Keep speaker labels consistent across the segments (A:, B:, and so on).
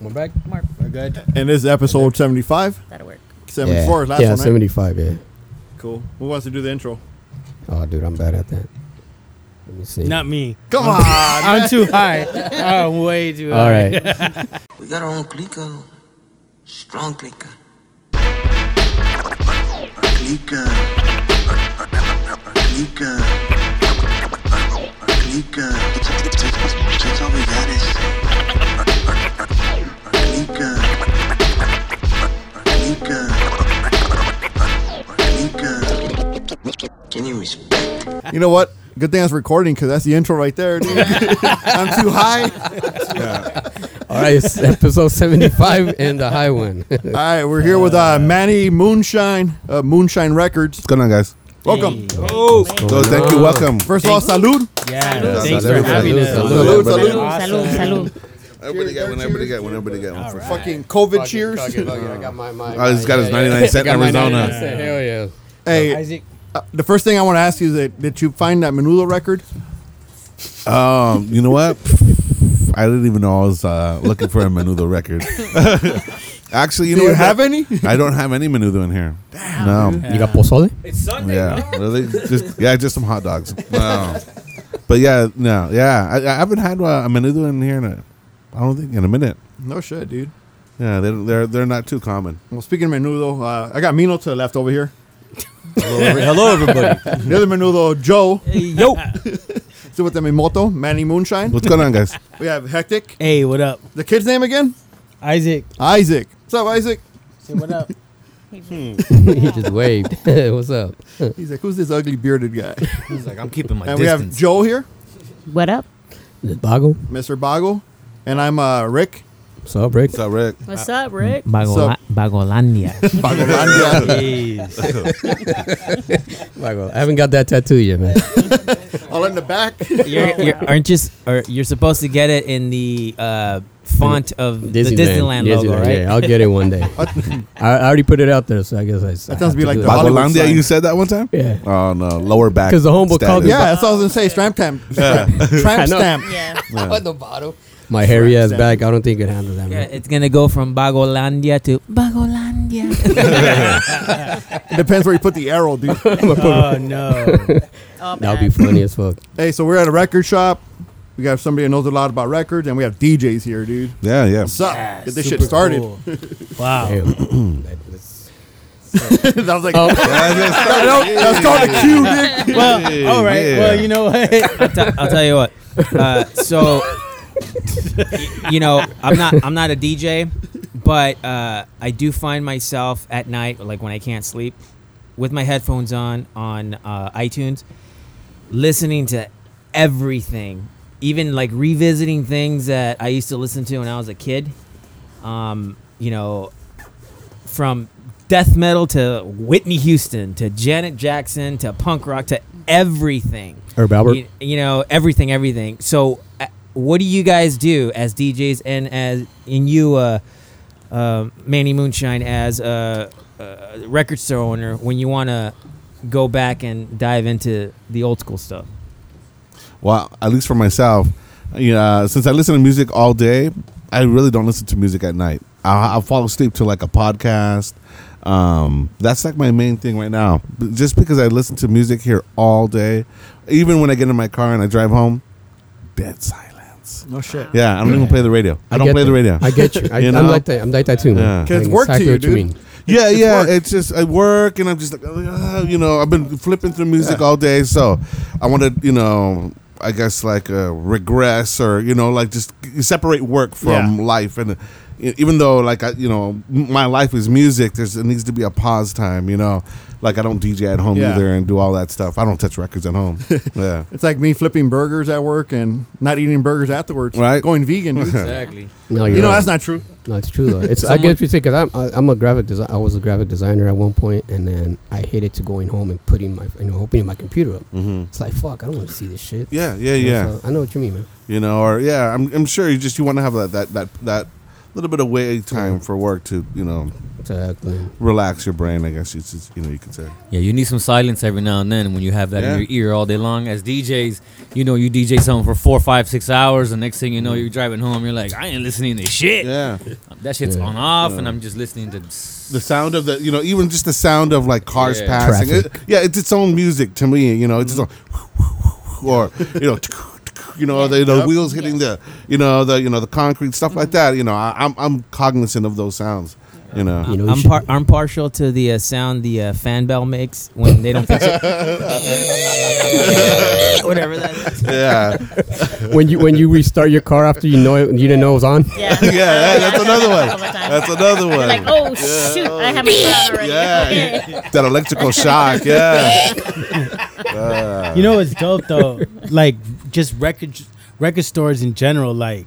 A: We're back.
B: Mark,
A: We're good.
C: And this is episode 75,
B: that'll work.
C: 74,
D: yeah,
C: last
D: yeah
C: one, right?
D: 75, yeah.
C: Cool. Who wants to do the intro?
D: Oh, dude, I'm bad at that. Let me see.
A: Not me.
C: Come on.
A: I'm too high. I'm way too high.
D: All right.
E: We got our own clicker. um, Strong clicker. A clicker. A clicker. A clicker. That's all we got is. A clicker. A clicker. A clicker. Can you respect?
C: You know what? Good thing I was recording because that's the intro right there, dude. I'm too high.
D: All right, it's episode 75 and the high one.
C: All right, we're here with uh, Manny Moonshine, uh, Moonshine Records.
F: What's going on, guys?
C: Welcome.
A: Oh,
F: So thank you, welcome.
C: First of all, salud.
A: yeah.
F: Salud,
A: Thanks
F: salud,
A: for having
D: salud,
A: us.
D: salud,
A: It's been
C: salud.
A: awesome.
B: Salud, salud.
F: Everybody got one. Everybody got one. Everybody got one.
C: Fucking COVID cheers.
D: I got my, my,
F: I just got his 99 cent Arizona.
D: Hell yeah.
C: Hey,
A: Isaac,
C: uh, the first thing I want to ask you is that did you find that Menudo record?
F: Um, you know what? I didn't even know I was uh, looking for a Menudo record. Actually, you
C: Do
F: know
C: you
F: what?
C: have any?
F: I don't have any Menudo in here. No.
D: You got pozole?
A: it's Sunday.
F: Yeah. Really? Just yeah, just some hot dogs. Wow. But yeah, no, yeah. I, I haven't had uh, a Menudo in here in a, I don't think in a minute.
C: No shit, dude.
F: Yeah, they're they're, they're not too common.
C: Well, speaking of Menudo, uh, I got Mino to the left over here.
A: Hello, everybody.
C: The other Menudo, Joe.
A: Yo.
C: Still with the Mimoto, Manny Moonshine.
F: What's going on, guys?
C: We have Hectic.
A: Hey, what up,
C: The kid's name again?
A: Isaac?
C: Isaac. What's up, Isaac?
A: Say what up.
D: he just waved. What's up?
C: He's like, who's this ugly bearded guy?
G: He's like, I'm keeping my
C: and we have
G: distance.
C: Joe here,
B: What up?
D: The Bago?
C: Mr. Bago, and I'm uh, Rick.
D: What's up, Rick?
F: What's up, Rick?
B: What's up, Rick?
C: Bagola-
G: Bagolandia.
C: Bagolandia.
A: Jeez.
D: Bago. I haven't got that tattoo yet, man.
C: All in the back.
G: you're, you're, aren't you? s- Or you're supposed to get it in the uh, font of the Disneyland logo, right?
D: Yeah, I'll get it one day. I, I already put it out there, so I guess I.
C: That sounds be like the Hollywood
F: Bagolandia,
C: sign.
F: you said that one time?
D: Yeah.
F: Oh no, lower back.
D: 'Cause the homeboy called me
C: yeah, that's all I was going to say. Stramp stamp.
D: I
C: Tramp
D: know.
C: stamp.
B: Yeah.
D: On the bottom. My hairy ass back. I don't think it handles that,
G: Yeah,
D: man.
G: it's gonna go from Bagolandia to Bagolandia.
C: Depends where you put the arrow, dude.
A: Oh no.
B: Oh, man.
D: That'll be funny as fuck.
C: hey, so we're at a record shop. We got somebody that knows a lot about records, and we have DJs here, dude.
F: Yeah, yeah.
C: What's up? Get this shit
A: Super
C: started.
A: cool. Wow.
D: Damn.
C: that was like,
D: Oh.
C: that's called a cue, dick.
A: Well, all right. Well, you know what?
G: I'll, t- I'll tell you what. Uh, so, y- you know, I'm not I'm not a DJ, but uh, I do find myself at night, like when I can't sleep, with my headphones on on uh, iTunes, listening to everything, even like revisiting things that I used to listen to when I was a kid. Um, you know, from death metal to Whitney Houston to Janet Jackson to punk rock to everything.
D: Herb Albert.
G: You, you know everything, everything. So, uh, what do you guys do as DJs and as in you, uh, uh, Manny Moonshine, as a, a record store owner when you want to go back and dive into the old school stuff?
F: Well, at least for myself, you know, since I listen to music all day, I really don't listen to music at night. I'll, I'll fall asleep to like a podcast. Um, that's like my main thing right now. B- Just because I listen to music here all day, even when I get in my car and I drive home, dead silence.
C: No shit.
F: Yeah, I don't even play the radio. I, don't
D: get
F: play the
D: that.
F: radio.
D: I get you. I,
F: You
D: I'm
F: know?
D: like that. I'm like that too,
F: Yeah.
D: man.
C: 'Cause
D: I know
C: work to you,
D: what
C: dude.
D: mean.
F: Yeah, yeah.
C: work.
F: It's just I work, and I'm just like, uh, you know, I've been flipping through music all day, so I want to, you know, I guess like uh, regress or you know, like just separate work from
C: Yeah.
F: life, and uh, e- even though like I, you know, m- my life is music. There's it needs to be a pause time, you know. Like I don't DJ at home
C: Yeah.
F: either, and do all that stuff. I don't touch records at home. yeah.
C: It's like me flipping burgers at work and not eating burgers afterwards.
F: Right.
C: Going vegan. dude.
G: Exactly.
D: No, you're
C: you know,
D: right.
C: that's not true.
D: No, it's true though. It's I
G: Someone-
D: get you because I'm I- I'm a graphic design. I was a graphic designer at one point, and then I hated to going home and putting my you know opening my computer up. It's like fuck, I don't want to see this shit.
F: Mm-hmm. Yeah, yeah,
D: You know,
F: yeah.
D: so I know what you mean, man.
F: you know, or yeah, I'm, I'm sure you just you want to have that that that that little bit of wait time for work to you know
D: Exactly.
F: relax your brain. I guess you just, you know you could say.
B: Yeah, you need some silence every now and then when you have that
F: Yeah.
B: in your ear all day long. As DJs, you know, you DJ something for four, five, six hours, and next thing you know, you're driving home. You're like, I ain't listening to shit.
F: Yeah,
B: That shit's
D: Yeah.
B: on off, and I'm just listening to. s-
F: the sound of the you know even just the sound of like cars
B: Yeah.
F: passing. It-
D: Traffic.
F: yeah, it's its own music to me. You know, it's its own or you know. You know the, the wheels hitting the, you know the you know the concrete stuff like that. You know I, I'm I'm cognizant of those sounds. You know,
D: You know, you
G: I'm,
D: should-
G: par- I'm partial to the uh, sound the uh, fan bell makes when they don't fix it. Whatever that is.
F: yeah,
D: when you when you restart your car after you know it, you didn't know it was on.
H: Yeah,
F: yeah, that- that's another
H: all
F: one.
H: the time.
F: That's another one.
H: like, oh shoot, I have my phone already.
F: Yeah, that electrical shock. Yeah,
A: You know what's dope though? like just record record stores in general. Like,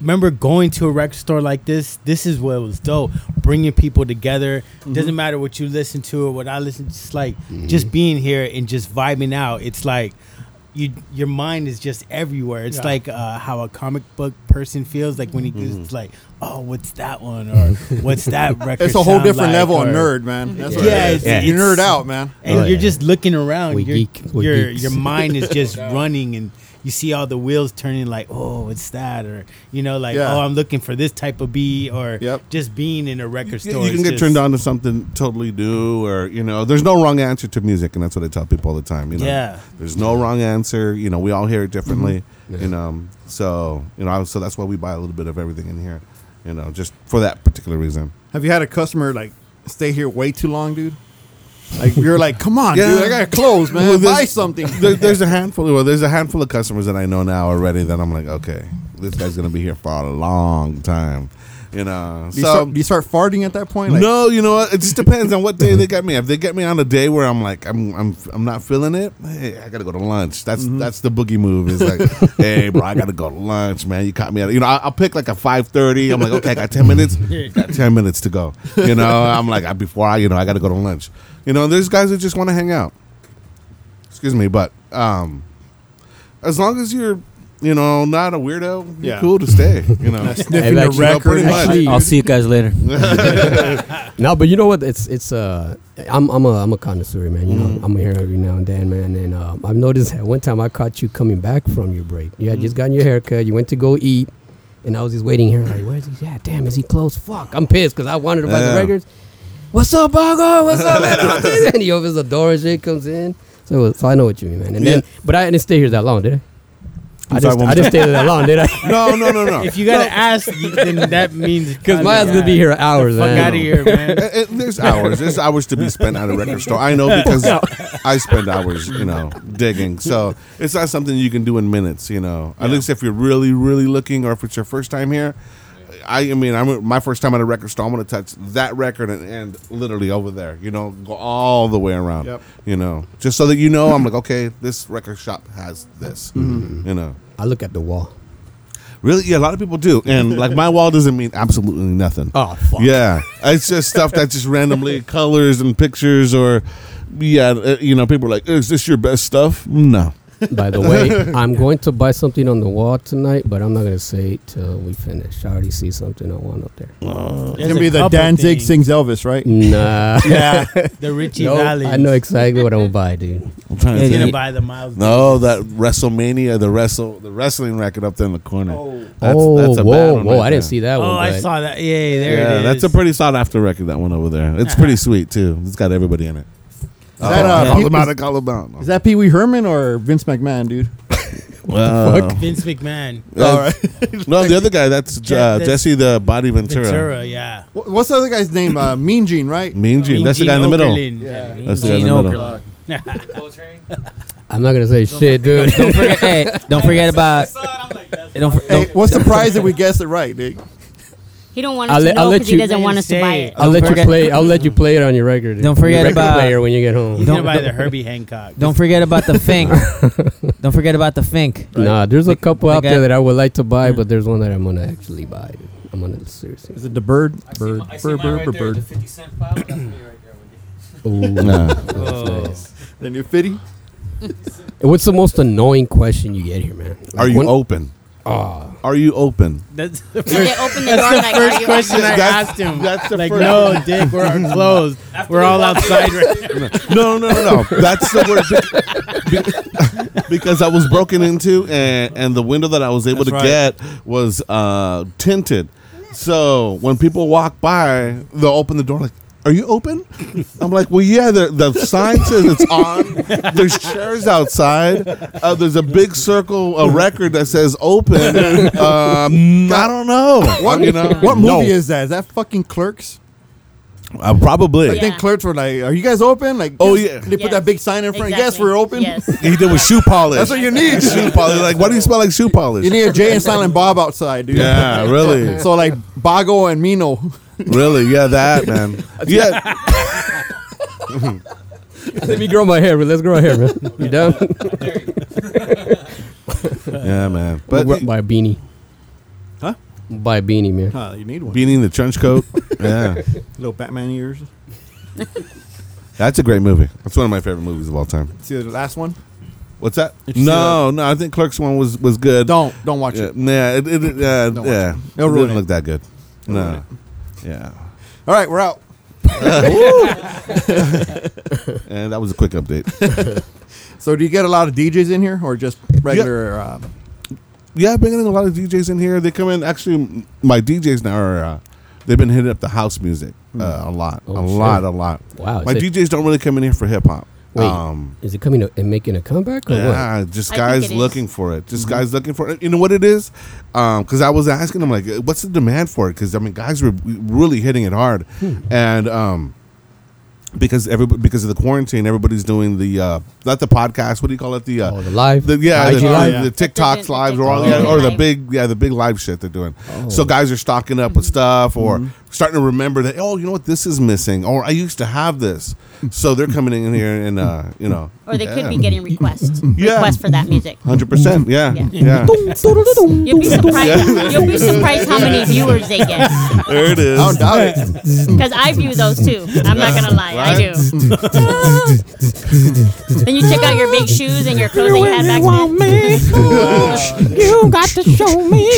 A: remember going to a record store like this? This is what was dope. Bringing people together.
C: Mm-hmm.
A: Doesn't matter what you listen to or what I listen. to. Just like just being here and just vibing out. It's like. You, your mind is just everywhere. It's like uh, how a comic book person feels like when
C: Mm-hmm.
A: he goes it's like, oh, what's that one or what's that record?
C: It's a whole
A: sound
C: different
A: like?
C: level of
A: Or-
C: nerd, man. That's what
A: Yeah,
C: it is.
A: it's-
C: you
A: it's-
C: nerd out, man.
A: and
D: Oh,
A: you're
D: yeah.
A: just looking around.
D: We
A: your
D: geek- we
A: your
D: geeks.
A: your mind is just running, and you see all the wheels turning. Like, oh, what's that? Or you know, like,
C: Yeah.
A: oh, I'm looking for this type of beat. Or
C: Yep.
A: just being in a record
F: Yeah,
A: store.
F: you can
A: is
F: get
A: just-
F: turned on to something totally new, or you know, there's no wrong answer to music, and that's what I tell people all the time. You know,
A: Yeah.
F: there's no wrong answer. You know, we all hear it differently.
C: Mm-hmm.
F: You know, so you know, so that's why we buy a little bit of everything in here. You know, just for that particular reason.
C: Have you had a customer like stay here way too long, dude? Like you're like, come on,
F: Yeah.
C: dude, I gotta close, man.
F: Well,
C: Buy
F: there's-
C: something.
F: There, there's a handful. Well, there's a handful of customers that I know now already that I'm like, okay, this guy's gonna be here for a long time. You know,
C: Do you, start, do you start farting at that point? Like,
F: no, you know what? It just depends on what day they got me. If they get me on a day where I'm like, I'm, I'm, I'm not feeling it. Hey, I gotta go to lunch. That's
C: Mm-hmm.
F: that's the boogie move. It's like, hey, bro, I gotta go to lunch, man. You caught me at, you know, I, I'll pick like a five thirty. I'm like, okay, I got ten minutes. Got ten minutes to go. You know, I'm like, I, before I, you know, I gotta go to lunch. You know, there's guys that just want to hang out. Excuse me, but um, as long as you're, you know, not a weirdo, you're
C: Yeah.
F: cool to stay. You know,
C: sniffing
D: I've
C: the
D: actually-
C: record.
F: Pretty much.
D: Actually,
B: I'll see you guys later.
D: No, but you know what? It's it's uh, I'm I'm a I'm a connoisseur, man. You
A: Mm-hmm.
D: know, I'm here every now and then, man. And um, I've noticed that one time I caught you coming back from your break. You
A: Mm-hmm.
D: had just gotten your haircut. You went to go eat, and I was just waiting here, like, where's he? Yeah, damn, is he close? Fuck, I'm pissed because I wanted to buy
F: Yeah.
D: the records. What's up, Bongo? What's up, man? and he opens the door and shit comes in. So, it was- so I know what you mean, man. And then, but I didn't stay here that long, did I? I
F: sorry,
D: just,
F: one
D: I didn't stay there that long, did I?
F: no, no, no, no.
A: If you gotta ask, you- then that means
D: Because my ass gonna be here hours,
A: Fuck
D: man.
A: out of here, man.
F: Uh, uh, there's hours. There's hours to be spent at a record store. I know because I spend hours, you know, digging. So it's not something you can do in minutes, you know. At least if you're really, really looking, or if it's your first time here. I, I mean, I'm my first time at a record store. I'm gonna touch that record and, and literally over there, you know, go all the way around,
C: Yep.
F: you know, just so that you know. I'm like, okay, this record shop has this, you know.
D: I look at the wall.
F: Really, yeah, a lot of people do, and like my wall doesn't mean absolutely nothing.
D: Oh fuck.
F: Yeah, it's just stuff that just randomly colors and pictures, or yeah, uh, you know, people are like, "Is this your best stuff?" No.
D: By the way, I'm going to buy something on the wall tonight, but I'm not gonna say it till we finish. I already see something I want up there.
C: It's gonna be the Danzig sings Elvis, right?
D: Nah,
C: Yeah,
A: the Richie
D: No,
A: Valley.
D: I know exactly what I'm gonna buy, dude.
F: I'm trying
A: He's
F: to
A: gonna
F: think.
A: buy the Miles.
F: No, that WrestleMania, the wrestle, the wrestling record up there in the corner. Oh,
D: oh, whoa, whoa! I didn't see that
A: Oh,
D: one.
A: I
D: but-
A: saw that. Yeah, there
F: Yeah,
A: it is.
F: that's a pretty sought after record. That one over there. It's pretty sweet too. It's got everybody in it.
C: is
F: Oh,
C: that uh,
F: call
C: Pee-
F: them out!
C: is,
F: Call them out!
C: is that Pee Wee Herman or Vince McMahon, dude?
F: Wow.
A: Vince McMahon.
F: All right. uh, no, the other guy. That's
A: Je-
F: uh,
A: that's-
F: Jesse the Body Ventura.
A: Ventura, yeah.
C: Wh- What's the other guy's name? Uh, mean Gene, right?
F: Mean Gene. That's the guy in the middle.
A: Okerlund.
F: That's the guy in the
G: Gene
F: middle.
G: Okerlund.
D: I'm not gonna say shit, dude.
G: Don't forget, hey, don't forget about. Don't, for-
C: Hey,
G: don't,
C: what's the prize that we guessed it right, dude?
H: He don't want
D: I'll
H: us
D: let-
H: to
D: I'll
H: know
D: let
H: because
D: you-
H: he doesn't want us to
A: Say
H: buy
A: it.
H: it.
D: I'll let you
G: forget-
D: play. I'll let you play it on your record.
G: Don't forget
D: your record
G: about-
D: player when you get home.
A: He's
G: Don't-
A: gonna buy the Herbie Hancock.
G: don't forget about the Fink. don't forget about the Fink.
D: Nah, there's a couple
G: the
D: out
G: guy-
D: there that I would like to buy, but there's one that I'm gonna actually buy. dude. I'm gonna seriously.
C: Is it the bird? Bird, bird, bird, bird, bird.
D: Ooh,
F: Nah.
G: Oh.
C: The new fitty.
D: what's the most annoying question you get here, man? Like,
F: Are you
D: when-
F: open?
D: Ah,
F: Are you open?
A: That's,
H: Did they open the door like, are you
A: question
H: open?
A: I
F: That's-
A: asked him.
F: that's the
A: like,
F: first-
A: no, Dick, we're closed. we're all outside right now.
F: No, no, no, no. That's the word be- be- because I was broken into, and and the window that I was able
A: That's
F: to
A: right.
F: get was uh, tinted. So when people walk by, they'll open the door like. Are you open? I'm like, well, yeah. The, the sign says it's on. There's chairs outside. Uh, there's a big circle, a record that says open. Um, I don't know.
C: What,
F: you know?
C: what
F: No.
C: movie is that? Is that fucking Clerks?
F: Uh, probably.
C: I think
H: Yeah.
C: Clerks were like, "Are you guys open?" Like,
F: Oh,
C: yes.
F: yeah.
C: They put
H: Yes.
C: that big sign in front. Yes,
H: Exactly.
C: we're open.
H: Yes.
F: He did with shoe polish.
C: That's what you need.
F: shoe polish. Like, why do you smell like shoe polish?
C: You need a Jay and Silent Bob outside, dude.
F: Yeah, really.
C: So like Bago and Mino.
F: Really? Yeah, that man. Yeah,
D: Let me grow my hair. Let's grow our hair, man. You done?
F: yeah, man.
D: But
F: But be-
D: by a beanie.
C: Huh?
D: By a beanie, man.
C: Huh, Uh, you need one.
F: beating the trench coat. Yeah,
C: Little Batman ears.
F: that's a great movie. That's one of my favorite movies of all time.
C: See the last one?
F: What's that?
C: Did you see
F: No, no. I think Clerks one was was good.
C: Don't don't watch
F: Yeah,
C: it.
F: nah, it, it, it, uh,
C: Don't watch
F: yeah.
C: it.
F: It
C: It'll ruin
F: didn't
C: it.
F: look that good.
C: ruin
F: No. Yeah.
C: All right, we're out.
F: And that was a quick update.
C: So do you get a lot of DJs in here or just regular? Um,
F: yeah, I've been getting a lot of DJs in here. They come in. Actually, m- my DJs now are. Uh, they've been hitting up the house music
C: Hmm.
F: uh, a lot,
D: Oh,
F: a
D: shit.
F: lot, a lot.
D: Wow.
F: My
D: is, it,
F: DJs don't really come in here for Um, hip hop.
D: Wait. is it coming and making a comeback or what? Mm-hmm.
F: Yeah, just
H: I think
F: guys
H: it is.
F: looking for it. Just guys looking for it. You know what it is? Because I was asking them like, what's the demand for it? Because I mean, guys were really hitting it hard,
D: Hmm.
F: and um, because every because of the quarantine, everybody's doing the uh, not the podcast. What do you call it? The uh,
D: Oh, the live.
F: the, yeah,
D: IG
F: the,
D: live.
F: the TikToks
H: The
F: lives or
H: TikTok
F: all, yeah, or the
H: live.
F: big yeah the big live shit they're doing.
D: Oh. Mm-hmm.
F: So guys are stocking up
H: Mm-hmm.
F: with stuff or starting to remember that oh you know what this is missing or I used to have this. So they're coming in here and uh, you know
H: Or they could be
F: yeah.
H: getting requests.
F: Yeah.
H: Requests for that music.
F: Hundred percent. Yeah.
H: Yeah.
F: Yeah.
H: You'll be surprised. You'll be surprised how many viewers they get.
F: there it is.
C: I don't doubt it.
H: Because I view those too. I'm not gonna lie, I do. then you check out your big shoes and your clothes that you had back then.
I: you got to show me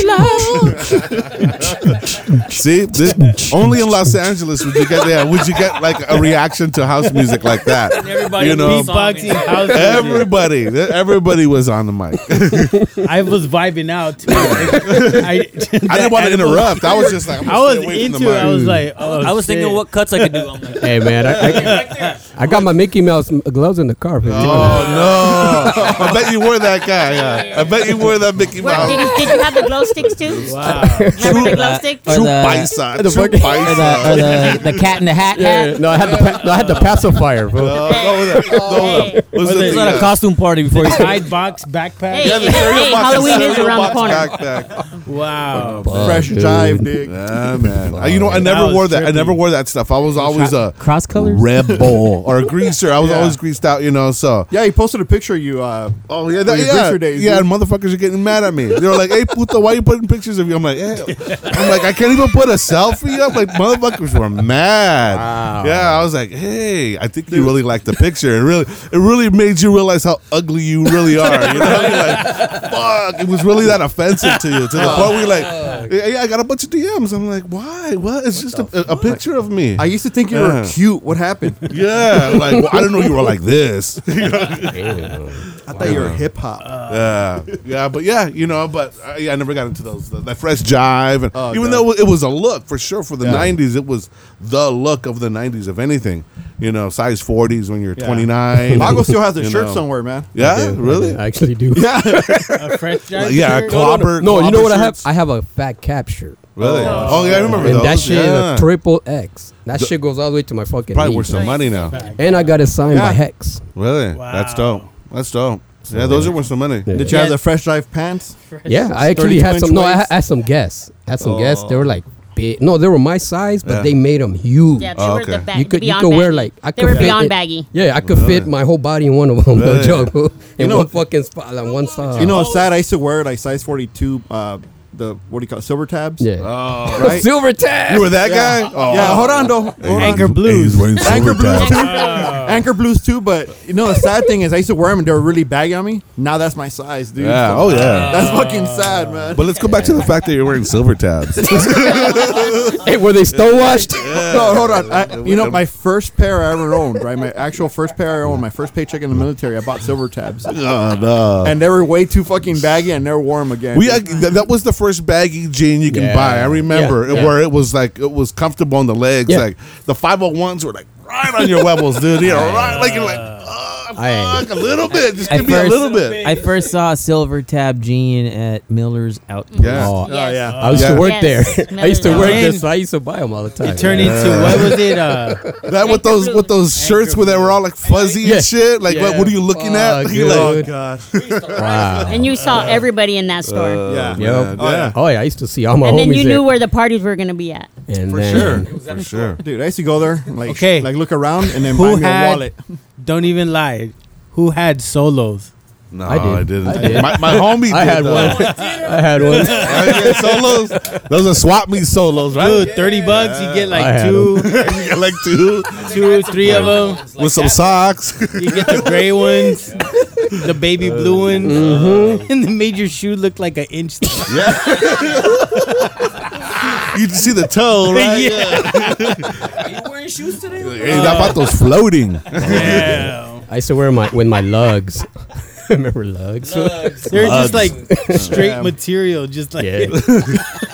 I: love.
F: See, this, only in Los Angeles would you get yeah, Would you get like a reaction to house music like that?
B: Everybody
F: You know,
B: beats on me.
A: Beatboxing house music.
F: Everybody, everybody was on the mic.
A: I was vibing out too. I,
F: I didn't want to interrupt. I was just like, I'm gonna
A: I was
F: stay away from the
A: into it. I
F: mic.
A: was like, oh,
B: I was
A: shit.
B: thinking what cuts I could do. I'm like,
D: Hey, man. I, I, I got my Mickey Mouse gloves in the car. man.
F: Oh no! I bet you were that guy. Yeah. I bet you were that Mickey
H: What,
F: Mouse.
H: did, did you have the glow sticks too?
A: Wow.
H: Remember the glow stick?
F: True
B: the-
F: paisa.
D: the
F: True
D: fucking-
F: paisa.
B: or the, the cat in the hat
D: Yeah, yeah. No, I had the pa- no, I had the pacifier, bro.
F: Oh, no, no, no, no. Was
B: It was
F: the-
B: at a costume party before you died.
A: Tide box backpack.
H: Hey.
F: Yeah, the cereal
H: Hey,
F: box-
H: Halloween is
F: cereal
H: around
F: box
H: the corner.
F: backpack.
A: Wow.
C: Fresh
D: dude.
C: jive, dig.
F: Yeah, man. I- you know, I never
A: was
F: wore that. I
A: trippy.
F: never wore that stuff. I was always a
B: Cross colors.
F: rebel or a greaser. I was
C: Yeah.
F: always greased out, you know. So.
C: Yeah, he posted a picture of you. Uh,
F: Oh yeah,
C: For
F: that,
C: your
F: yeah,
C: greaser days,
F: yeah.
C: dude.
F: And motherfuckers are getting mad at me. They're like, "Hey, puto, why you putting pictures of you?" I'm like, "Yeah." I'm like, I can't even put a selfie up. Like, motherfuckers were mad. Yeah, I was like, "Hey, I think you really like the picture. It really, it really made you realize how ugly you really are." You know, You're like, fuck, it was really that offensive to you to the point where you're like, "Yeah, yeah, I got a bunch of DMs." I'm like, "Why? What? It's just a, a, a picture of me."
C: I used to think you
F: Yeah.
C: were cute. What happened?
F: yeah, like well, I didn't know you were like this.
C: I thought you were hip hop.
F: Uh, Yeah, yeah, but yeah, you know, but uh, yeah, I never got into those the, that fresh jive, and
C: Oh,
F: even
C: no.
F: though it was a look for sure for the
C: Yeah.
F: '90s, it was the look of the '90s of anything, you know, size 40s when you're
C: Yeah.
F: 29.
C: Bago still has a
F: you
C: shirt
F: know.
C: somewhere, man.
F: Yeah, really?
D: I actually do.
C: Yeah,
A: A fresh
F: Like,
A: drive.
F: yeah, a clobber.
D: No, you know
F: clobber
D: what I have?
F: shirts.
D: I have a fat cap shirt,
F: really? Oh, yeah, I remember
D: and
F: those.
D: that shit
F: yeah.
D: is a triple X. That shit goes all the way to my fucking.
F: Probably
D: knee.
F: worth some money now.
D: And I got it signed
C: Yeah.
D: by Hex.
F: Really? That's dope. That's dope. Yeah, those are worth some money.
C: Did you have the fresh drive pants?
D: Yeah, I
C: 32
D: actually had
C: inch
D: some. No, I
C: waist.
D: had, I had some guests. I had some guests. They were like big. No, they were my size, but
F: Yeah.
D: they made them huge.
H: Yeah,
D: Yeah,
H: they
F: Oh,
H: were
F: okay.
H: the
F: You
H: ba-
D: could- you
H: beyond
D: could wear,
H: baggy.
D: like, I
H: they
D: could
H: were
D: fit
H: beyond
D: it-
H: baggy.
D: I could fit my whole body in one of them. No
F: Really?
D: joke. In
C: know-
D: one fucking spot, on one side.
F: Oh.
C: You know, it's sad. I used to wear like size 42 uh, the what do you call it, silver tabs?
D: Yeah.
F: Oh,
C: right.
D: Silver tab.
F: you were that
C: Yeah.
F: guy. Oh.
C: Yeah, hold on though. Hold on.
A: Anchor blues.
C: Anchor blues too.
F: Ah.
C: Anchor blues too. But you know the sad thing is, I used to wear them and they were really baggy on me. Now that's my size, dude.
F: Yeah.
C: So
F: Oh yeah.
C: That's fucking sad, man.
F: But let's go back to the fact that you're wearing silver tabs.
D: Hey, were they stonewashed?
F: uh,
C: no, hold on. I, you know, my first pair I ever owned, right? My actual first pair I owned, my first paycheck in the military, I bought silver tabs,
F: oh no.
C: and they were way too fucking baggy. and never wore them again.
F: We I, th- that was the first baggy jean you can
D: Yeah.
F: buy. I remember
D: Yeah, yeah.
F: where it was like it was comfortable on the legs.
D: Yeah.
F: Like the five hundred ones were like right on your levels, dude. You know, right like you're like oh,
D: I-
F: fuck, a little bit, just
G: At
F: give me a
G: first-
F: little bit.
G: I first saw a silver tab jean at Miller's Outdoor.
F: Yeah. Uh,
D: Oh,
H: Yes.
C: yeah.
D: I used
F: Yeah.
D: to work
H: Yes.
D: there. I used to
H: Million
D: work
A: dollars.
D: there, so I used to buy them all the time.
A: It turned into what was it? Uh,
F: That with those with those shirts where they were all like fuzzy
D: Yeah.
F: and shit. Like what, what are you looking at?
D: Fuck,
F: You're like, oh,
D: dude.
C: God.
D: Wow.
H: And you
F: uh,
H: saw everybody in that store.
C: Yeah.
D: Yep.
C: Oh, yeah.
D: Oh yeah, I used to see all my
H: and
D: homies
H: then you
D: there.
H: knew where the parties were going to be at.
D: and
C: For
D: then-
C: sure.
F: for sure.
C: Dude, I used to go there, and, like,
A: Okay.
C: like look around, and then
A: Who
C: buy me a
A: had-
C: wallet.
A: don't even lie. Who had solos?
F: No,
D: I did.
F: I, did. not
D: I did.
F: My, my homie.
D: I
F: did,
D: had
F: though.
D: one. I had one.
F: I had solos. Those are swap me solos, right?
A: Dude, thirty bucks you get
D: I
A: like
D: had
A: two,
F: I like two
A: two, three of them.
F: with some socks.
A: You get the gray ones, the baby
D: Uh,
A: blue ones,
D: mm-hmm.
A: and they made your shoe look like an inch. thick.
F: You can see the toe, right?
A: Yeah.
B: You wearing shoes today?
F: Hey, how about those floating?
D: I used to wear my with my lugs. Remember lugs?
A: They're just like straight material, just like
D: Yeah.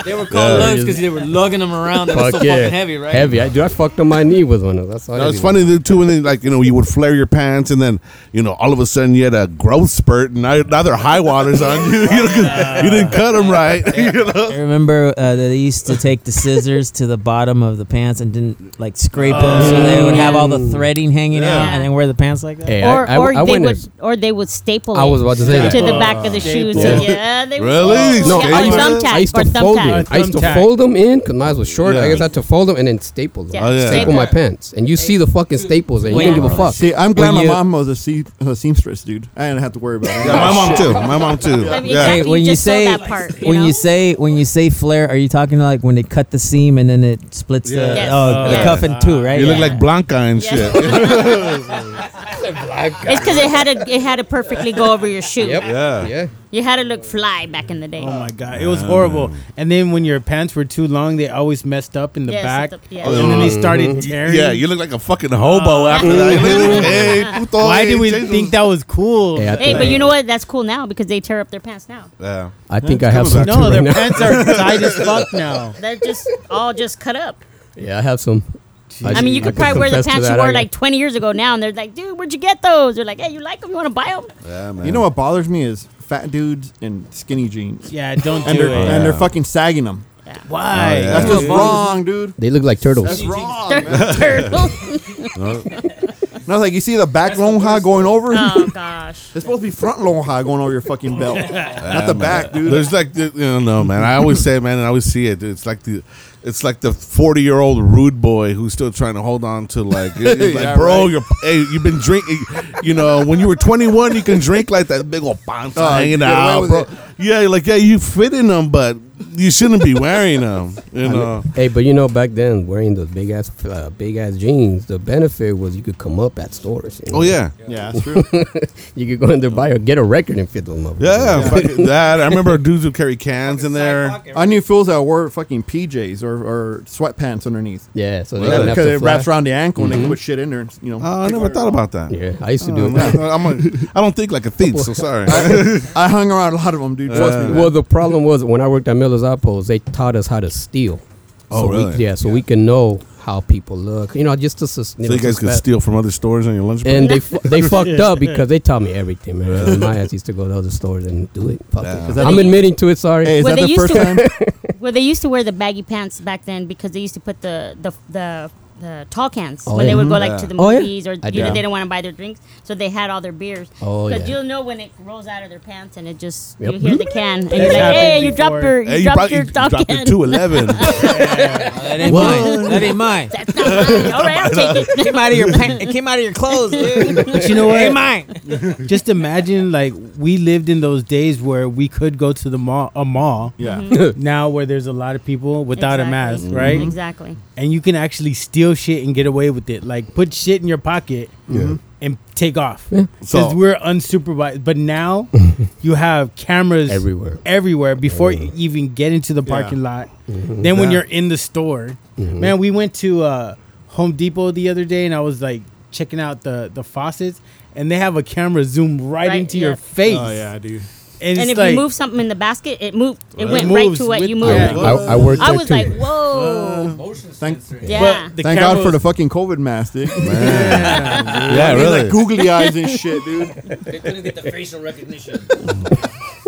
B: They were called
D: Yeah.
B: lugs because they were lugging them around. They were
D: Fuck
B: so
D: yeah.
B: fucking heavy, right?
D: Heavy. I, dude, I fucked up my knee with one of those. That's all
F: No,
D: I
F: it's
D: did.
F: funny though, too when they like you know you would flare your pants and then you know all of a sudden you had a growth spurt and now, now they're high waters on you. You, know, 'cause you didn't cut them right. you know?
G: I remember uh, they used to take the scissors to the bottom of the pants and didn't like scrape them, so they would have all the threading hanging out,
H: Yeah.
G: and then wear the pants like that.
D: Hey,
H: Or,
D: I, I,
H: or
D: I
H: they
D: went
H: would
D: as-
H: or they would staple it
D: I was about to say that.
H: to the back of the shoes.
A: Staple.
H: Yeah, they would
F: Really?
H: staple
D: No,
H: it.
D: I
H: Or
D: used, to,
H: thumbtack,
D: I used
H: or
D: to fold
H: thumbtack.
D: it. I used to
A: Thumbtack.
D: fold them in because mine was short. I
F: Yeah.
D: guess I had to fold them and then staple them.
H: Yeah,
F: Oh, yeah.
D: Staple my pants, and you see the fucking staples, and you
G: Wait.
D: don't give a fuck.
C: See, I'm glad
D: When
C: my
D: you-
C: mom was a, se- a seamstress, dude. I didn't have to worry about it.
F: Yeah, my mom too. My mom too.
H: I mean,
F: Yeah.
H: exactly.
G: Hey, when you,
H: just saw
G: say
H: that part, you
G: when
H: know?
G: you say when you say flare, are you talking like when they cut the seam and then it splits the,
F: Yeah.
H: Yes.
G: oh, the
H: Yeah.
G: cuff in two, right?
F: You look
H: Yeah.
F: like Blanca and
H: Yeah.
F: shit. Yeah.
H: it's because it had to it had to perfectly go over your shoe.
D: Yep.
F: Yeah.
D: Yeah.
H: You had to look fly back in the day.
A: Oh my god, it was horrible. And then when your pants were too long, they always messed up in the
H: Yes,
A: back,
H: at the- yeah.
A: and then they
D: Mm-hmm.
A: started tearing.
F: you look like a fucking hobo
H: Uh,
F: after that. You look like, hey, puto,
A: Why
F: hey,
A: did we
F: Jesus."
A: think that was cool?
D: Hey, I
H: Hey,
D: think,
H: but you know what? That's cool now because they tear up their pants now.
F: Yeah.
D: I, think I have some too
A: No,
D: right
A: their
D: now.
A: pants are tight as fuck now.
H: They're just all just cut up.
D: Yeah, I have some.
H: I mean, you could
D: can
H: probably wear the
D: confess to
H: pants you
D: that.
H: wore
D: I-
H: like 20 years ago now, and they're like, dude, where'd you get those? They're like, hey, you like them? You want to buy them?
F: Yeah, man.
C: You know what bothers me is fat dudes and skinny jeans.
A: Yeah, don't
C: And
A: do
C: they're,
A: it.
C: and they're fucking sagging them.
D: Oh,
A: Why?
F: Yeah.
C: That's just wrong, dude.
D: They look like turtles.
C: That's wrong. Man.
H: Turtle.
C: And I was like, you see the back lonja going over?
H: oh, gosh.
C: It's supposed to be front lonja going over your fucking belt, not the back, dude.
F: Ah, There's like, the- you know, no, man. I always say, man, and I always see it. It's like the, it's like the 40 year old rude boy who's still trying to hold on to like, it's like,
C: Yeah,
F: bro,
C: right.
F: you're, hey, you've been drinking. You know, when you were 21, you can drink like that big old pants
C: Oh,
F: hanging
C: get away
F: out,
C: with
F: bro.
C: it.
F: Yeah, you're like, yeah, you fit in them, but you shouldn't be wearing them. You know,
D: Hey, but you know, back then, wearing those big ass, uh, big ass jeans, the benefit was you could come up at stores. you
F: oh
D: know?
F: yeah.
C: yeah, that's true.
D: you could go in there buy or get a record and fit them up.
F: Yeah, fucking that. I remember dudes who carry cans in there.
C: I knew fools that wore fucking PJs or, or sweatpants underneath.
D: yeah. So they
F: Yeah,
D: didn't have
C: Because
D: to fly.
C: it
D: Mm-hmm. Uh.
C: wraps around the ankle and they can put shit in there. And, you know,
F: Oh, I never thought about that.
D: Yeah, I used to do
F: Oh,
D: it.
F: man, I'm a, I don't think like a thief, so sorry.
C: I hung around a lot of them, dude. Trust me. man.
D: Uh. Well, the problem was when I worked at Miller's Outpost, they taught us how to steal.
F: Oh,
D: so we-
F: really?
D: yeah, so we can know how people look. You know, just to sus-
F: So you guys could
D: suspect.
F: steal from other stores on your lunch break.
D: And they fu- they fucked up because they taught me everything, man. So my ass used to go to other stores and do it. Fuck
F: Yeah.
D: it.
F: Is
C: that-
D: I'm admitting to it. Sorry.
C: Hey, is
H: Well,
C: that
H: they
C: the
H: used
C: first
H: to-
C: time?
H: Well, they used to wear the baggy pants back then because they used to put the the, the the tall cans
D: Oh,
H: when
D: yeah.
H: they would go
F: Yeah.
H: like to the
D: Oh, yeah.
H: movies or
D: I
H: you
D: do.
H: know they didn't want to buy their drinks, so they had all their beers.
D: Oh, yeah.
H: you'll know when it rolls out of their pants and it just
D: Yep.
H: you hear the can and
A: That's
H: you're like,
A: happened
H: hey, you dropped
A: before.
H: your you
F: Hey,
H: dropped
F: probably-
H: your tall
F: dropped
H: can.
F: it to eleven.
B: That ain't
D: Well-
B: mine. That ain't mine. It
H: That's not mine. all right, I'll take it.
G: came out of your pants. It came out of your clothes, dude.
A: But you know what?
G: Ain't mine.
A: Just imagine like we lived in those days where we could go to the mall, a mall.
F: yeah.
A: Now where there's a lot of people without a mask,
H: Exactly.
A: right?
G: Mm-hmm.
H: Exactly.
A: And you can actually steal shit and get away with it. Like put shit in your pocket
G: Mm-hmm.
A: and take off. Because
F: So
A: we're unsupervised. But now you have cameras
D: Everywhere.
A: everywhere before you even get into the parking lot.
D: Mm-hmm.
A: Then when
F: Yeah.
A: you're in the store, man, we went to uh, Home Depot the other day and I was like checking out the, the faucets and they have a camera zoom right,
H: Right,
A: into
H: yeah.
A: your face.
C: Oh yeah, dude.
A: And,
H: And
A: it's
H: if
A: like,
H: you move something in the basket, it moved. It
A: It
H: went right
A: moves
H: to what
A: with-
H: you
D: I,
H: moved.
A: Yeah.
D: I, I worked
H: I
D: there
H: was
D: too.
H: like, whoa.
C: Thank,
H: yeah.
A: the
C: thank God
A: camera
C: for the fucking COVID mask, dude.
F: yeah,
C: I mean,
F: really.
C: Like googly eyes and shit, dude.
B: couldn't get the facial recognition.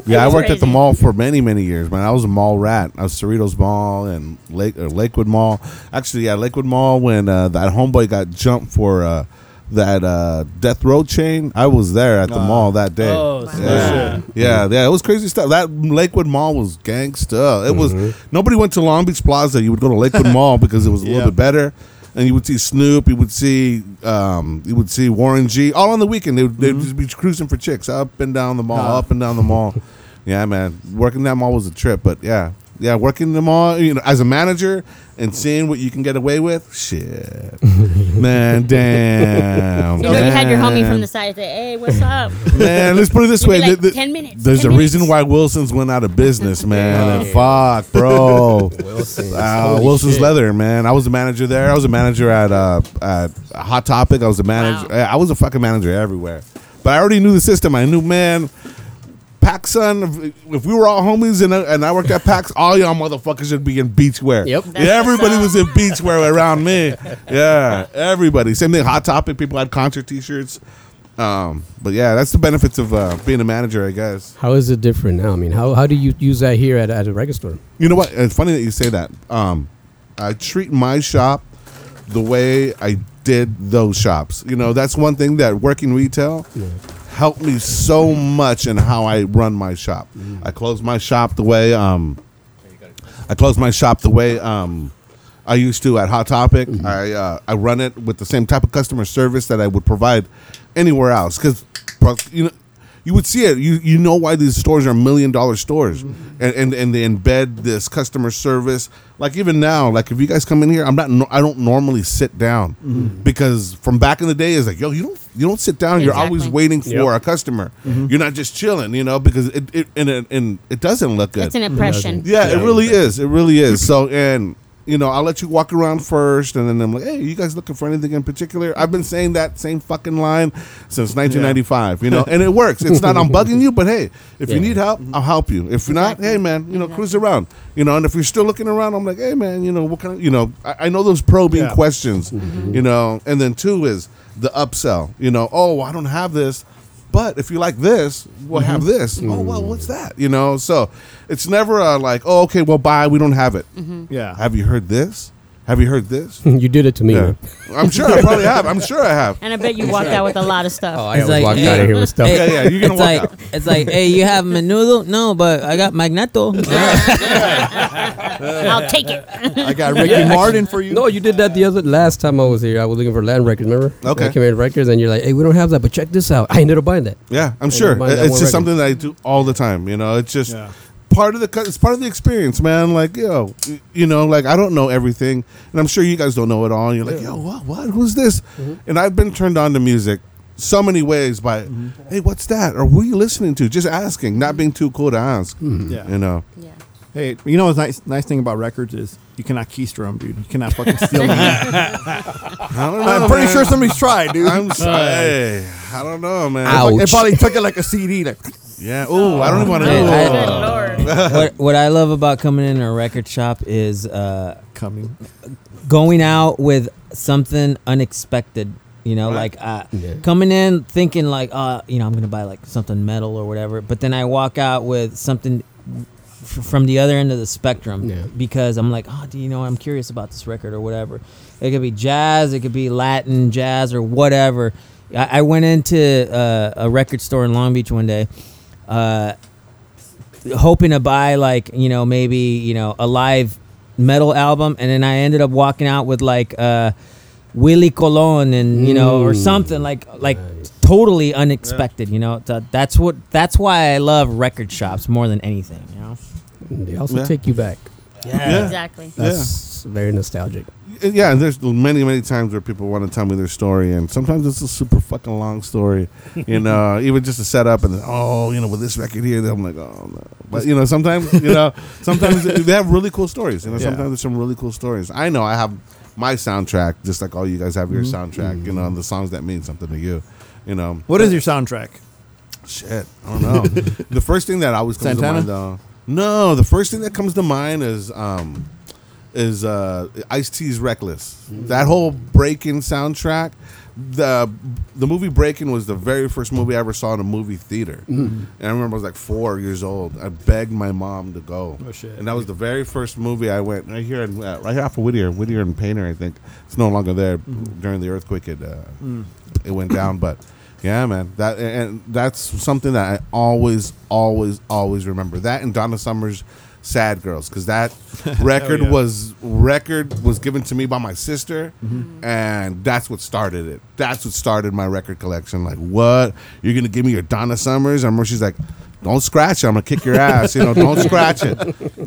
F: Yeah, I
H: That's
F: worked at the
H: crazy.
F: mall for many, many years, man. I was a mall rat. I was Cerritos Mall and Lake or Lakewood Mall. Actually, yeah, Lakewood Mall when uh, that homeboy got jumped for uh, that uh, Death Row chain. I was there at the
C: Ah.
F: mall that day.
A: Oh,
H: Wow.
F: yeah.
A: snap.
F: yeah, yeah, it was crazy stuff. That Lakewood Mall was gangsta. It was nobody went to Long Beach Plaza. You would go to Lakewood Mall because it was a
C: Yeah.
F: little bit better, and you would see Snoop. You would see, um, you would see Warren G. All on the weekend, they would
H: Mm-hmm.
F: they'd just be cruising for chicks up and down the mall,
C: Nah.
F: up and down the mall. yeah, man, working that mall was a trip. But yeah, yeah, working the mall, you know, as a manager and seeing what you can get away with, shit, man, damn.
H: You know, you had your homie from
F: man.
H: the side say, hey, what's up?
F: Man, let's put it this
H: You'd be
F: way:
H: like,
F: the- the-
H: 10 minutes,
F: There's
H: 10
F: a reason
H: minutes.
F: why Wilsons went out of business, man. And fuck, bro.
D: Wilson's.
F: Wow,
D: Holy
F: Wilson's
D: shit.
F: Leather, man. I was a manager there. I was a manager at uh, at Hot Topic. I was a manager.
H: Wow.
F: I was a fucking manager everywhere. But I already knew the system. I knew, man. Pac Sun, if- if we were all homies and, and I worked at PAX, all y'all motherfuckers should be in beachwear.
D: Yep.
H: That's
F: everybody
H: what's
F: was in beachwear around me. Yeah, everybody. Same thing, Hot Topic, people had concert t shirts. Um, but yeah, that's the benefits of uh, being a manager, I guess.
D: How is it different now? I mean, how, how do you use that here at, at a record store?
F: You know what? It's funny that you say that. Um, I treat my shop the way I did those shops. You know, that's one thing that working retail helped me so much in how I run my shop. I close my shop the way um, I close my shop the way um, I used to at Hot Topic. I uh, I run it with the same type of customer service that I would provide anywhere else because you know. You would see it. You you know why these stores are million dollar stores, and, and and they embed this customer service. Like even now, like if you guys come in here, I'm not. No, I don't normally sit down because from back in the day, it's like yo, you don't you don't sit down. You're always
H: Exactly.
F: waiting for a customer. You're not just chilling, you know, because it, it and, it and it doesn't look good.
H: It's an impression.
F: Yeah, it really is. It really is. So, and you know, I'll let you walk around first, and then I'm like, hey, you guys looking for anything in particular? I've been saying that same fucking line since 1995. You know, and it works. It's not I'm bugging you, but hey, if you
D: Yeah.
F: need help, I'll help you. If you're not, hey man, you know, cruise around. You know, and if you're still looking around, I'm like, hey man, you know, what kind of, you know, I, I know those probing
C: Yeah.
F: questions. You know, and then two is the upsell. You know, oh, I don't have this. But if you like this, we'll have this. Oh well, what's that? You know, so it's never a like, oh okay, well bye, we don't have it.
B: Mm-hmm.
C: Yeah.
F: Have you heard this? Have you heard this?
D: you did it to me. man.
F: I'm sure I probably have. I'm sure I have.
H: And I bet you walked out with a lot of stuff.
D: Oh,
F: Oh,
D: I
B: It's
D: always
B: like,
D: walked
B: yeah.
D: out of here with stuff.
B: Hey,
F: Yeah, yeah, you're gonna
B: it's like,
F: walk out.
B: It's like, hey, you have menudo? No, but I got magneto.
H: I'll take it.
C: I got Ricky Martin for you.
D: No, you did that the other last time I was here. I was looking for Land Records, remember?
F: Okay.
D: I came in records, and you're like, "Hey, we don't have that, but check this out." I ended up buying that.
F: Yeah, I'm
D: And
F: sure.
D: you buy that
F: It's
D: one
F: just
D: record.
F: something that I do all the time. You know, it's just
C: Yeah.
F: part of the cu- it's part of the experience, man. Like yo, y- you know, like I don't know everything, and I'm sure you guys don't know it all. And you're like, yo, what, what, who's this? And I've been turned on to music so many ways by, hey, what's that? Or what are you listening to? Just asking, not being too cool to ask.
C: Yeah.
F: You know,
H: Yeah.
C: Hey, you know what's nice? Nice thing about records is you cannot keystroke them, dude. You cannot fucking steal them.
F: I don't know,
C: I'm pretty
F: man.
C: sure somebody's tried, dude.
F: I'm sorry. I don't know, man.
D: Ow.
C: It probably took it like a CD. Like,
F: Yeah. Ooh, I don't even want to
B: man.
F: know.
B: I-
H: Good lord.
G: what, what I love about coming in a record shop is uh,
C: coming.
G: going out with something unexpected. You know, like uh,
D: Yeah.
G: coming in thinking like, uh, you know, I'm gonna buy like something metal or whatever, but then I walk out with something f- from the other end of the spectrum
D: Yeah.
G: because I'm like, oh, do you know, I'm curious about this record or whatever. It could be jazz, it could be Latin jazz or whatever. I, I went into uh, a record store in Long Beach one day, uh, hoping to buy like you know maybe you know a live metal album, and then I ended up walking out with like uh, Willie Colon and you know or
D: Mm.
G: something like like totally unexpected. You know Th- that's what that's why I love record shops more than anything. You know.
D: They also
F: Yeah.
D: take you back.
H: Exactly.
D: That's very nostalgic.
F: Uh, yeah, and there's many, many times where people want to tell me their story, and sometimes it's a super fucking long story. You know, even just to set up and oh, you know, with this record here, then I'm like, oh no. But you know, sometimes you know, sometimes they have really cool stories. You know, sometimes there's some really cool stories. I know I have my soundtrack, just like all you guys have your
C: Mm-hmm.
F: soundtrack. You know, and the songs that mean something to you. You know,
C: What is your soundtrack?
F: Shit, I don't know. the first thing that always comes
C: Santana?
F: to mind, though. No, the first thing that comes to mind is um, is uh, Ice T's "Reckless." That whole Breaking soundtrack. The the movie Breaking was the very first movie I ever saw in a movie theater,
C: Mm-hmm.
F: and I remember I was like four years old. I begged my mom to go,
C: Oh, shit.
F: and that was the very first movie I went right here in, uh, right here off of Whittier, Whittier and Painter. I think it's no longer there
C: Mm-hmm.
F: during the earthquake. It uh,
C: Mm.
F: it went down, but yeah, man, that and that's something that I always, always, always remember. That and Donna Summers, "Sad Girls," because that record
C: yeah.
F: was record was given to me by my sister, and that's what started it. That's what started my record collection. Like, what you're gonna give me your Donna Summers? I remember she's like. Don't scratch it. I'm gonna kick your ass. You know, don't scratch it.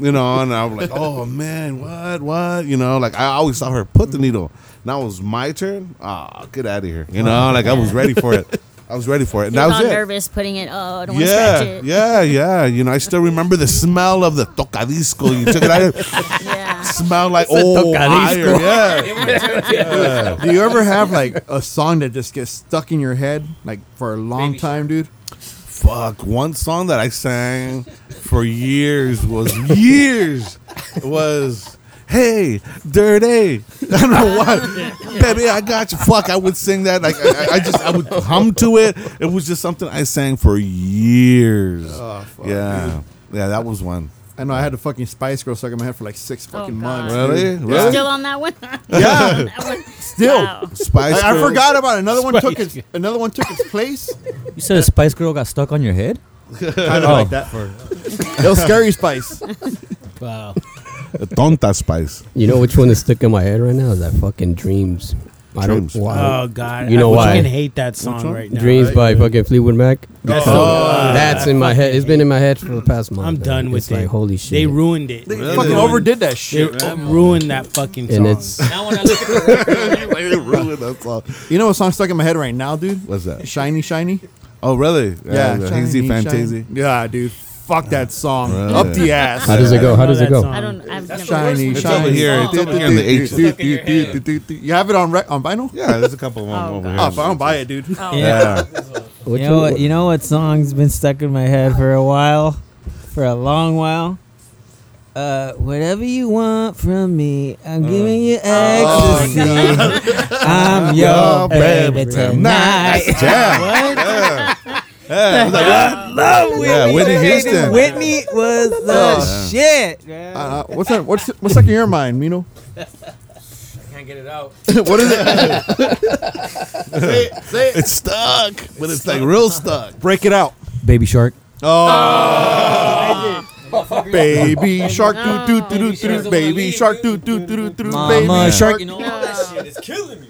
F: You know, and I'm like, oh man, what, what? You know, like I always saw her put the needle. Now it was my turn. Ah, get out of here. You know, like I was ready for it. I was ready for it. And
H: You're
F: that was
H: all
F: it
H: nervous putting it. Oh, I don't want to
F: yeah,
H: scratch it.
F: yeah, yeah. You know, I still remember the smell of the tocadisco. You took it out. It
H: Yeah.
F: smelled like old
B: tocadisco.
F: iron. Yeah. yeah.
C: Do you ever have like a song that just gets stuck in your head like for a long time, dude?
F: Fuck. One song that I sang for years was years was. Hey, dirty! I don't know why, baby. I got you. Fuck, I would sing that. Like I, I- I just, I would hum to it. It was just something I sang for years.
C: Oh, fuck,
F: yeah, yeah. That was one.
C: I know I had a fucking Spice Girl stuck in my head for like six fucking
H: God.
C: months.
F: Really,
C: dude.
F: really.
H: Still on that one?
C: Yeah.
H: that one?
C: Still.
H: Wow.
F: Spice.
C: I, I
F: Girls.
C: forgot about it. Another one took its another one took its place.
B: You said a Spice Girl got stuck on your head?
C: kind of
B: Oh.
C: like that for it was scary spice.
A: Wow.
F: Tonta Spice.
D: You know which one is stuck in my head right now? Is that fucking Dreams. I don't
F: Dreams.
D: why.
A: Oh God.
D: You know
A: I
D: why?
A: fucking hate that song
F: one?
A: right now.
D: Dreams by fucking Fleetwood Mac. That's,
F: Oh.
D: that's in my head. It's been in my head for the past month.
A: I'm
D: man.
A: done with
D: it's
A: it.
D: Like, holy shit.
A: They ruined it.
C: They fucking overdid that
A: They
C: shit.
A: ru- ruined that fucking song.
D: and it's
G: Now when I look at the
F: They ruined that song.
C: You know what song stuck in my head right now, dude?
F: What's that?
C: Shiny, shiny.
F: Oh, really?
C: Yeah,
F: Hazy
C: shiny, shiny.
F: Fantasy.
C: Yeah, dude. Fuck that song.
F: Really?
C: Up the ass.
D: how does it go? How
A: I
D: does
A: know
D: it
A: that
D: go?
A: song.
H: I don't. I've never.
C: Shiny,
F: It's
C: shiny.
F: over here. It's over here in the H's.
C: You have it on rec- on vinyl?
F: Yeah, there's a couple of them
H: Oh,
F: over
H: God.
F: here.
C: Oh, if I don't buy it, dude.
H: Oh,
F: Yeah.
D: Which
G: you know
D: one-
G: what? You know what song's been stuck in my head for a while, for a long while. Uh, whatever you want from me, I'm giving you ecstasy. I'm Oh, your baby tonight.
F: Nice jam. Yeah, I was like,
G: Love
F: Yeah, Whitney Houston.
G: Whitney was the
C: Oh.
G: shit. Man.
C: Uh, what's that? What's what's stuck in your mind, Mino?
G: can't get it out.
C: what is it? say it, say it.
F: It's stuck, but it's like real stuck.
C: Break it out.
B: Baby Shark.
C: Baby shark doo doo doo doo doo baby shark doo doo doo doo doo
G: Mama
C: baby
G: Shark.
C: shark.
G: You know, all that shit is killing me.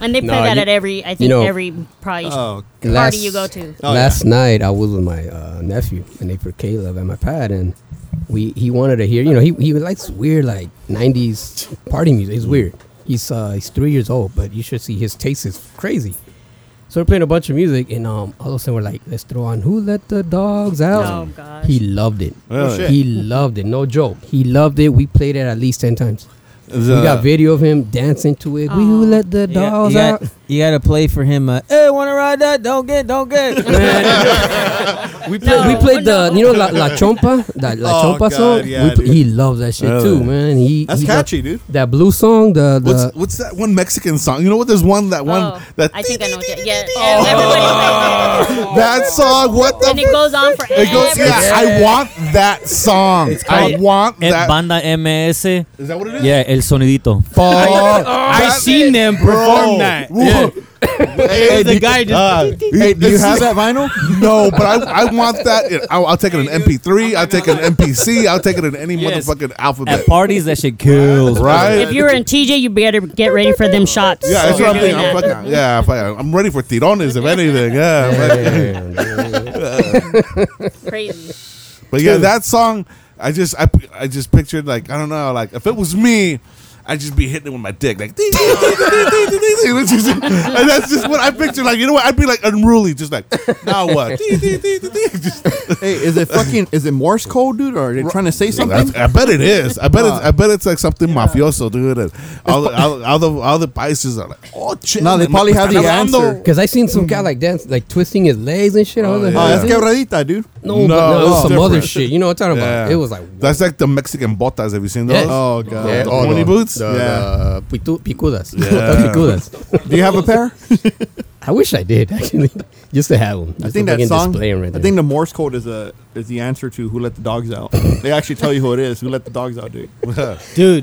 H: And they play
D: No,
H: that
D: you-
H: at every. I think
D: know-
H: every probably
F: uh,
C: Oh,
H: party you go to.
C: Oh,
D: last night I was with my uh, nephew and they put Caleb at my pad and we he wanted to hear you know he, he likes weird like 90s party music it's weird he's uh, he's three years old but you should see his taste is crazy so we're playing a bunch of music and um all of a sudden we're like let's throw on who let the dogs out
H: Oh, gosh.
D: he loved it
F: Really?
C: Oh, shit.
D: he loved it no joke he loved it we played it at least 10 times
F: The-
C: Uh,
D: we got video of him dancing to it. Will you
H: Aw.
D: let the dogs out?
G: you got to play for him. Uh, hey, wanna ride that? Don't get, don't get.
A: Eh,
D: we played, we played the you know La, La Chompa that La
F: Oh,
D: Chompa
F: God,
D: song.
F: yeah,
D: We pl-
F: dude.
D: he loves that shit
F: Really?
D: too, man. He
C: That's
D: he got
C: catchy, dude.
D: That blue song, the
F: What's
D: the
F: what's that one Mexican song? You know what? There's one that one
H: Oh,
F: that Oh.
H: I think I know. what you- Yeah, everybody plays that.
F: that song. What the?
H: And it goes on forever.
F: It goes, yeah, I want that song. I
B: called
F: want
B: Eh,
F: that.
B: Banda MS.
F: Is that what it is?
B: Yeah, El Sonidito.
F: Fuck.
A: I seen them perform that.
F: Hey, do-
A: The guy just
F: uh,
C: Hey,
F: hey,
C: do you have that vinyl?
F: No, but I, I want that. I'll, I'll take it in MP3. I'll take it in MPC. I'll take it in any
B: Yes.
F: motherfucking alphabet.
B: At parties, that shit kills.
F: Right?
H: If you're in TJ, you better get ready for them shots.
F: yeah, that's
H: You're
F: what I'm
H: doing
F: thinking. I'm
H: that.
F: fucking, yeah, I'm fucking- I'm ready for tirones, if anything. Yeah. I'm ready.
H: Crazy.
F: But yeah, that song, I just I, I just pictured like I don't know, like if it was me, I'd just be hitting it with my dick, like ding, ding, ding, ding, ding, ding, ding, ding. It's just- and that's just what I pictured. Like you know what, I'd be like unruly, just like now what? Ding, ding, ding, ding, ding. Just-
C: Hey, is it fucking? Is it Morse code, dude? Or are they trying to say something?
F: That's- I bet it is. I bet it's, I bet it's like something mafioso, dude. And all, the, all, the- all the all the países are like, oh shit.
C: No, they probably have the
F: Hablando.
C: answer.
D: because I seen some guy like dance like twisting his legs and shit. I was like,
C: Oh,
F: Yeah.
C: that's quebradita, dude.
D: no,
F: No,
D: but no, it was
F: it's
D: some other
F: different.
D: shit. You know what I'm talking
F: Yeah.
D: about? It was like
F: That's like the Mexican botas. Have you seen those?
D: Yes.
C: Oh god.
F: the pointy boots?
D: the,
F: Yeah.
D: the pitu- picudas,
F: Yeah.
D: picudas.
C: Do you have a pair?
D: I wish I did actually, just to have them.
C: I think that song.
D: Right
C: I think the Morse code is a is the answer to who let the dogs out. they actually tell you who it is. Who let the dogs out, dude?
A: Dude,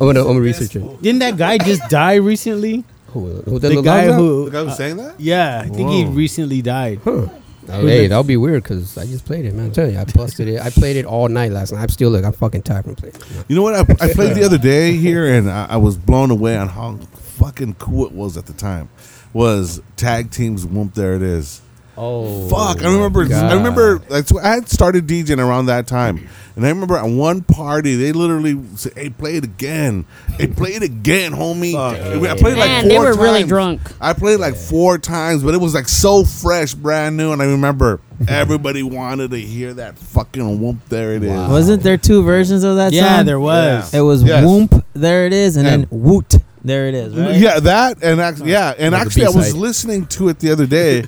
D: I'm gonna, I'm gonna research it.
A: didn't that guy just die recently?
D: Who, who
A: The guy
F: The
A: who,
F: guy was saying that.
A: yeah, I think he recently died.
D: Hey, that'll be weird because I just played it, man. I'm telling you, I busted it. I played it all night last night. I'm still like, I'm fucking tired from playing.
F: You know what? I, I played the other day here, and I, I was blown away on how fucking cool it was at the time. Was tag teams? Whoop! There it is.
D: Oh,
F: Fuck! I remember. I remember. That's wh- I had started DJing around that time, and I remember at one party they literally said, "Hey, play it again! Hey, play it again, homie!" I played like four
H: Man, they were really
F: times.
H: drunk.
F: I played like four times, but it was like so fresh, brand new, and I remember everybody wanted to hear that fucking whoop. There it is.
G: Wasn't there two versions of that song?
A: Yeah, there was.
G: It was
F: Yes.
G: Whoomp, there it is, and
F: Yeah.
G: then Woot, there it is, right?
F: Yeah, that and act, yeah, and
D: Like a
F: actually, I was
D: B-side.
F: listening to it the other day,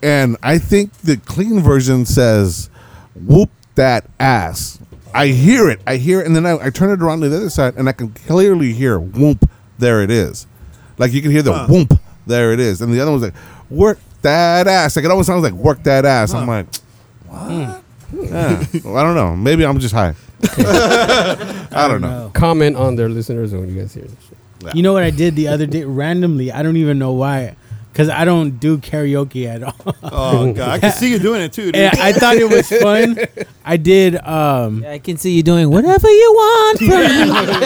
F: and I think the clean version says, "Whoop that ass." I hear it, I hear it, and then I, I turn it around to the other side, and I can clearly hear "whoop." There it is, like you can hear the "whoop." There it is, and the other one's like "work that ass." Like it almost sounds like "work that ass." I'm like, what? Hmm. Yeah. Well, I don't know. Maybe I'm just high. I don't know.
D: Comment on their listeners when you guys hear this. Shit.
A: You know what I did the other day randomly? I don't even know why, because I don't do karaoke at all.
C: Oh god, I can see you doing it too, dude.
A: and I thought it was fun. I did. um
G: I can see you doing whatever you want. From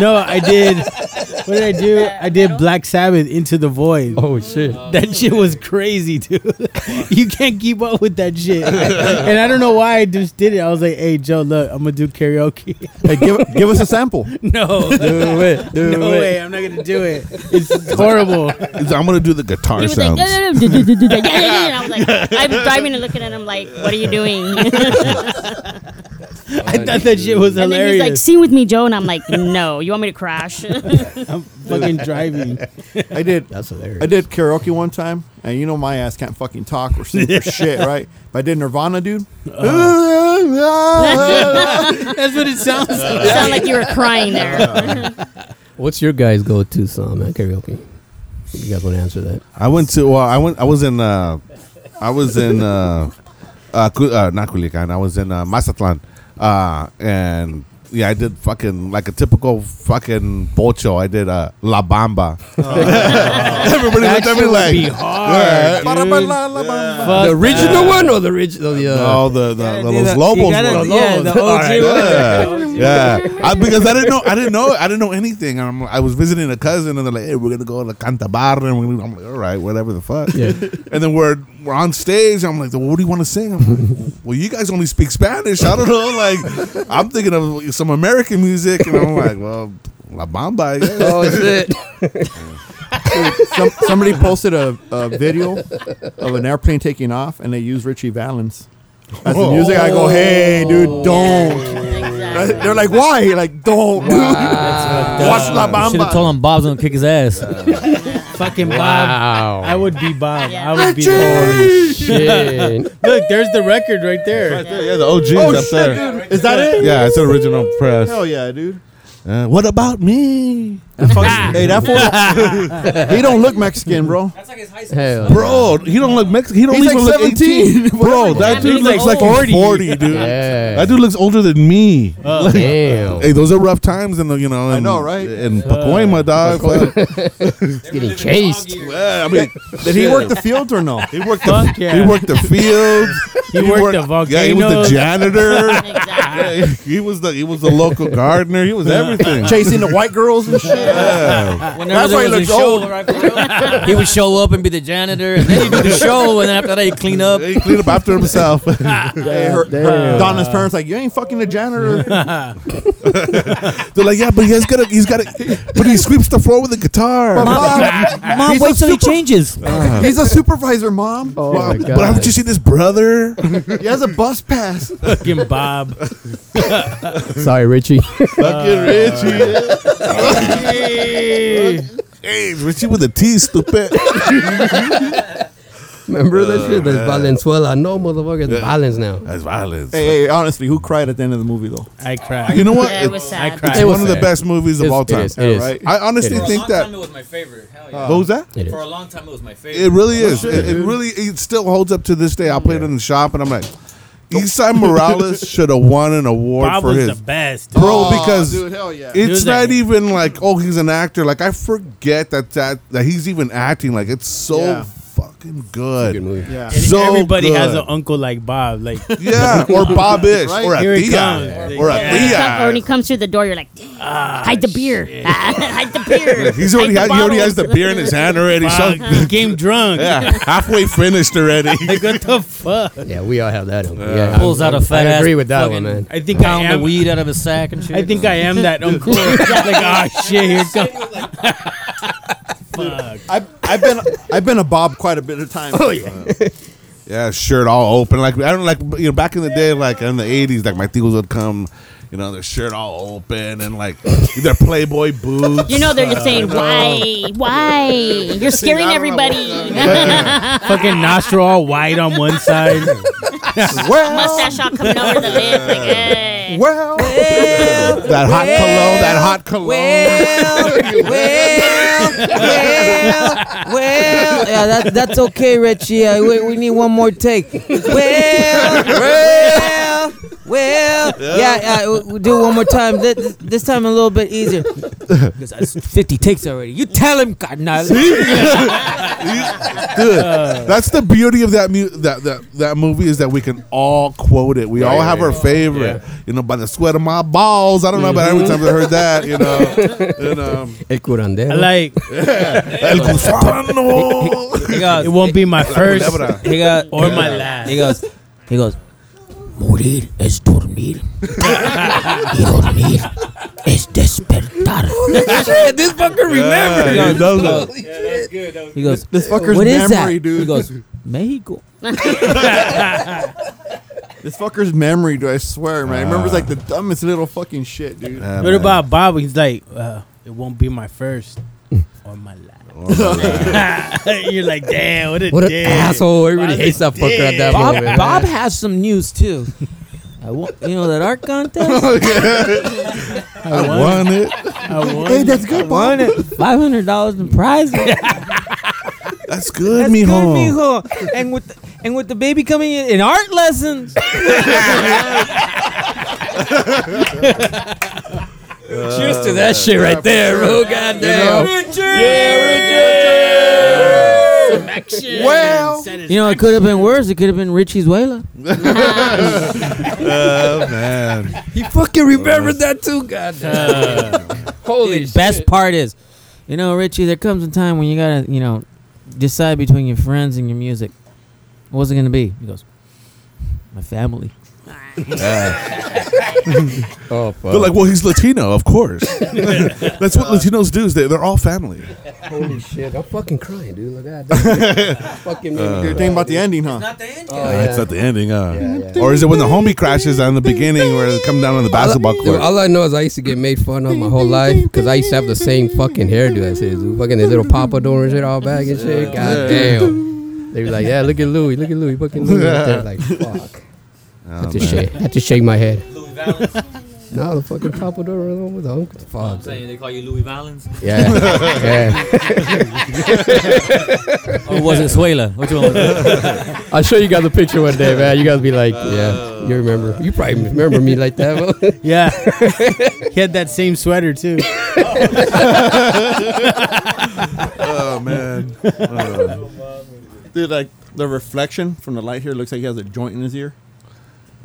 A: No, I did. What did I do? I did Black Sabbath into the void.
D: Oh shit!
A: That shit was crazy, dude. you can't keep up with that shit. and I don't know why I just did it. I was like, "Hey, Joe, look, I'm gonna do karaoke."
C: Hey, give, give us a sample.
A: no,
D: Do it, do
A: no way. I'm not gonna do it. It's horrible.
F: I'm gonna do the guitar
H: He was like,
F: sounds.
H: yeah, yeah, yeah, yeah, yeah, yeah, yeah. I was like, I was driving and looking at him like, what are you doing?
A: I thought that shit was
H: And then he's like,
A: hilarious.
H: sing with me, Joe. And I'm like, no, you want me to crash?
A: I'm fucking driving.
C: I did.
D: That's hilarious.
C: I did karaoke one time, and you know my ass can't fucking talk or sing for shit, right? But I did Nirvana, dude.
A: That's what it sounds like.
H: You sound like you were crying there.
D: What's your guys' go-to song, man? Karaoke. You guys want to answer that?
F: I went to. Well, I went. I was in. Uh, I was in. Uh, uh, Cu- uh, not Culiacan. I was in uh, Mazatlan, uh, and yeah, I did fucking like a typical fucking bocho. I did uh, La Bamba. Everybody looked at me like, "Yeah."
A: hard, Fuck
D: the original one or the original? The, uh,
F: No, the the, the
G: You
F: Los
G: gotta-
F: Lobos.
G: you gotta-
F: one.
G: yeah, the
F: All
G: OG one.
F: right, yeah, yeah. I, because I didn't know, I didn't know, I didn't know anything. And I'm, I was visiting a cousin, and they're like, "Hey, we're gonna go to Cantabar," and we're gonna, I'm like, "All right, whatever the fuck."
D: Yeah.
F: And then we're we're on stage. I'm like, well, "What do you want to sing?" I'm like, "Well, you guys only speak Spanish. I don't know." Like, I'm thinking of some American music, and I'm like, "Well, La Bamba." Yeah.
D: Oh shit!
C: Some, somebody posted a, a video of an airplane taking off, and they used Richie Valens as the music. I go, hey, dude, don't.
H: Exactly.
C: They're like, why? Like, don't. dude. Watch La
G: Should have
C: Bamba.
G: told him Bob's gonna kick his ass.
A: Fucking
D: Wow.
A: Bob. I would be Bob.
H: Yeah.
A: I would be
D: Holy shit.
A: Look, there's the record right there.
F: Yeah, yeah, the OG's
C: Oh
F: up
C: shit,
F: there.
C: dude! Is that it?
F: Yeah, it's the original press.
C: Hell yeah, dude.
F: Uh, what about me?
C: That fucking- hey, that fool. he don't look Mexican, bro.
G: That's like his high
D: Hell.
F: Bro, he don't look Mexican. He don't
C: He's
F: even
C: like
F: look
C: 17.
F: 18. Bro,
H: Whatever,
F: that
H: man.
F: dude
H: He's
F: looks like
H: like
F: he's 40, dude.
D: Yeah.
F: That dude looks older than me.
A: Oh.
F: Like,
D: Damn.
F: hey, those are rough times in the, you know, in,
C: Uh, I know, right?
F: In Pacoima, dog. Fuck.
D: It's getting chased.
F: Yeah, I mean,
C: Did he work the fields or no?
F: he worked the,
A: Fuck yeah.
F: he worked the fields.
A: He worked the
F: Yeah, he was
A: volcanoes.
F: the janitor.
H: Exactly.
F: Yeah, he was the he was the local gardener. He was everything.
C: Chasing the white girls and shit.
F: Yeah.
C: That's why he looks old.
G: he would show up and be the janitor, and then he'd do the show, and then after that he'd clean up.
F: He cleaned up after himself. They're
C: Hey, her- her- Donna's parents like, you ain't fucking the janitor.
F: like, yeah, but he's got to he's got to but he sweeps the floor with a guitar.
C: Mom,
G: Mom,
C: he's
G: wait
C: a
G: till he
C: super-
G: changes.
C: He's a supervisor, mom.
D: Oh
F: Wow,
D: my god.
F: but haven't you seen this brother?
C: He has a bus pass.
A: Fucking Bob.
D: Sorry, Richie.
F: Fucking Richie. hey, Richie with a T, stupid.
D: Remember that shit? That's Valenzuela. No, motherfucker. It's Valens now.
F: That's violence.
C: hey, hey, honestly, who cried at the end of the movie though?
A: I
F: You
A: cried.
F: know what?
H: Yeah, it was
F: It's-
H: sad.
A: I cried.
F: It's
D: It was
F: one of the
D: sad.
F: best movies of
D: It's-
F: all
D: it
F: time.
D: is, it is.
F: Right? I honestly
D: It is.
F: think that
G: it was my favorite. Hell yeah.
F: what was that?
D: It is.
G: a long time, it was my favorite.
F: It
C: Oh,
F: really is. It, it really it still holds up to this day. I played it in the shop and I'm like, Eastside Morales should have won an award
A: Bob
F: for
A: was
F: his
A: the best.
F: bro because
C: dude, hell yeah.
F: it's
A: Dude, that-
F: not even like oh he's an actor. Like I forget that that that he's even acting. Like it's so
C: Yeah.
F: fucking good.
D: Good movie.
C: yeah.
A: And
F: So
A: everybody has
F: good.
A: an uncle like Bob. Like
F: Yeah, or Bobish,
C: Right?
F: or a
A: Here he
F: Thea,
A: comes.
F: or a
A: Yeah.
H: When he come- Or when he
F: Thea.
H: comes through the door, you're like, hide the beer. hide the beer.
F: He's already
H: Hide
F: had,
H: the
F: he already has the
H: bottles.
F: beer in his hand already. So
A: Bob became drunk.
F: yeah, halfway finished already.
A: Like what the fuck?
D: Yeah, we all have that. Uncle. Yeah,
G: Pulls out a fat
D: I
G: ass
D: agree with that one,
G: fucking-
D: man.
A: I think I
G: Pound the
A: am.
G: weed out of his sack and shit.
A: I think I am that uncle. like ah shit, here it comes. Fuck.
C: I've, I've been I've been a Bob quite a bit of time. Oh yeah.
F: Yeah, shirt all open. Like I don't like you know back in the day, like in the eighties, like my tios would come, you know, their shirt all open and like their Playboy boots.
H: You know they're just saying, why? Why? You're scaring
F: I don't know
H: everybody.
A: Fucking nostril all wide on one side.
C: Well,
H: Mustache all coming over the lip. Like, hey.
C: well.
F: that hot cologne, that hot cologne.
G: well, well, yeah, that, that's okay, Richie. Uh, we, we need one more take. Well, well, well, yeah, uh, we'll do it one more time. Th- This, this time a little bit easier. 'Cause that's Fifty takes already. You tell him, Cardinal.
F: Dude,
C: Uh,
F: that's the beauty of that, mu- that that that movie is that we can all quote it. We all have our favorite. You know, by the sweat of my balls. I don't know about every
C: Mm-hmm.
F: time I heard that. You know, and, um,
D: El curandero.
A: I like
F: El Gusano.
G: He goes.
A: it won't be my first
F: Culebra.
G: He goes.
A: or my last.
G: He goes. He goes.
J: Morir es dormir. y dormir es despertar.
G: this fucker remembered.
F: Yeah,
G: he
F: he
G: goes.
F: does it.
G: He goes
C: This fucker's
G: what is
C: memory,
G: that?
C: dude.
G: He goes. Mexico.
C: This fucker's memory, dude. I swear, man. I remember it's like the dumbest little fucking shit, dude.
F: Yeah,
A: What
F: man.
A: about Bob? He's like, uh, it won't be my first or my last. You're like, damn, what a
D: what an
A: dick.
D: asshole! Everybody hates that fucker at that
G: Bob,
D: moment.
G: Bob has some news too. I want, you know that art contest.
F: Uh-huh. I won it.
A: I won.
C: Hey, that's good.
G: Won it. Five hundred dollars in prize. money.
F: That's good,
G: That's
F: mijo.
G: good, mijo. And with the, and with the baby coming in, in art lessons.
D: Cheers to that shit right there, oh, bro. Goddamn.
C: Well,
G: You know it could have been worse. It could have been Richie's Wayla.
F: Oh man,
D: He fucking remembered that too. Goddamn. Holy shit.
G: Best part is, you know Richie, there comes a time when you gotta you know decide between your friends and your music. What's it gonna be? He goes, my family.
D: Oh, fuck.
F: They're like, well, he's Latino, of course. That's what Latinos do. Is they, they're all family.
D: holy shit. I'm fucking crying, dude. Look at that. fucking made me
C: You're
D: cry,
C: thinking about the
D: dude.
C: ending, huh?
D: Oh,
F: That's
D: yeah.
F: not Ah, the ending, huh?
D: Yeah, yeah.
F: Or is it when the homie crashes on the beginning where they come down on the basketball
D: Dude,
F: court?
D: all I know is I used to get made fun of my whole life because I used to have the same fucking hairdo as his. dude. Fucking his little papa door and shit all back and shit. God damn. They were like, yeah, look at Louis, look at Louis, fucking Louis. right there. Like, fuck.
C: Oh,
D: had, to shake, had to shake my head.
G: Louis Valens.
D: No, the fucking papa door was on. Fuck. dude.
G: they call you Louis Valens.
D: Yeah. yeah.
G: Oh,
B: Or was it Suela? Which one was it?
D: I'll show you guys a picture one day, man. You guys be like, yeah, you remember. You probably remember me like that. bro.
A: Yeah, he had that same sweater too.
F: Oh man,
C: Dude, like the reflection from the light here looks like he has a joint in his ear.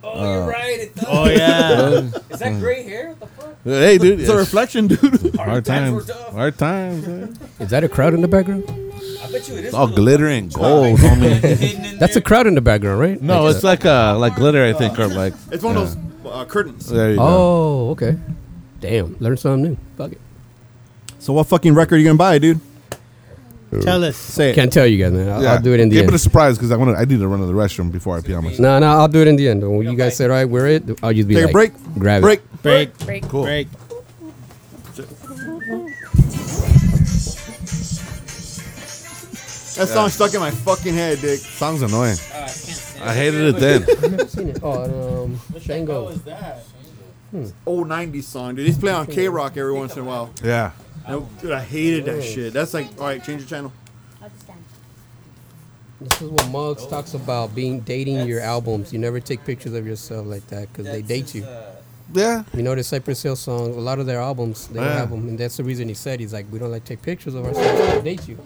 G: Oh, you're right. It does.
A: Oh yeah,
G: Is that gray hair? What the fuck?
F: hey dude,
C: It's a reflection, dude.
F: hard times,
G: were tough.
F: hard times. man.
D: Is that a crowd in the background?
G: I bet you it is.
F: It's all glitter and
D: Oh,
F: gold, homie.
D: That's a crowd in the background, right?
F: No,
D: Like
F: it's like uh, like glitter, I think, or like
C: It's one
F: yeah.
C: of those uh, curtains.
F: There you go.
D: Oh, okay. Damn, learn something new. Fuck it.
C: So what fucking record are you gonna buy, dude?
A: tell us.
C: Say it.
D: Can't tell you guys, man. I'll, I'll do it in the
F: Give
D: end.
F: it a surprise because I want to. I need to run to the restroom before I pee on myself.
D: No, no, I'll do it in the end. When you guys say, all right, we're it, I'll just be
C: Take
D: like,
C: a break.
D: grab
C: break.
D: it.
A: Break,
H: Break.
F: Cool.
A: break.
C: That song stuck in my fucking head, dick.
F: Song's annoying. I hated it then.
D: I've never seen it. Oh, um, Shango.
C: Old '90s song, dude. He's playing on K Rock every once in a while.
F: yeah.
C: No, dude, I hated that shit. That's like, all right, change the channel.
D: This is what Muggs talks about being dating your albums. You never take pictures of yourself like that because they date you.
F: Yeah.
D: You know the Cypress Hill song. A lot of their albums, they
F: Yeah.
D: don't have them, and that's the reason he said he's like, we don't like take pictures of ourselves. 'cause They date you.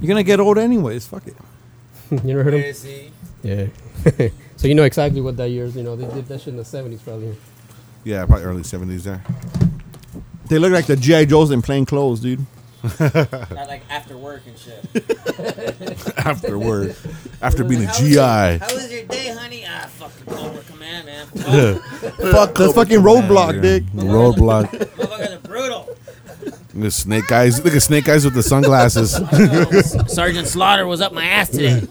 C: You're gonna get old anyways. Fuck it.
D: you never heard him? Yeah. so you know exactly what that year is. You know they did that shit in the '70s, probably.
F: Yeah, probably early 70s there.
C: They look like the GI Joes in plain clothes, dude.
G: Not like after work and shit.
F: Afterward. After being a GI.
G: How was your day, honey? Ah, fucking Cobra Command, man.
F: Fuck
C: The fucking roadblock,
F: Yeah.
C: dick.
F: Roadblock.
G: Motherfuckers are brutal.
F: Look at snake eyes. Look at snake eyes with the sunglasses.
G: Sergeant Slaughter was up my ass today.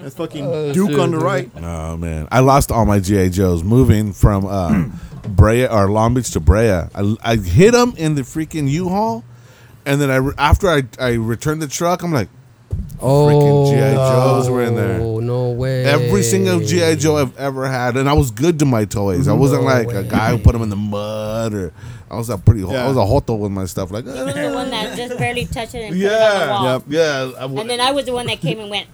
C: That's fucking Duke on the right.
F: oh man, I lost all my GI Joes moving from uh, Brea or Long Beach to Brea. I, I hit them in the freaking U-Haul, and then I re- after I I returned the truck, I'm like
D: Oh,
F: G.I. Joes were in there.
D: Oh no way!
F: every single GI Joe I've ever had, and I was good to my toys. I wasn't
D: No
F: like a
D: way.
F: guy who put them in the mud or I was a pretty I
C: Yeah.
F: was a hoto with my stuff like
H: He was the one that just barely touched it and put it on the wall.
F: yeah yeah. I w-
H: And then I was the one that came and went.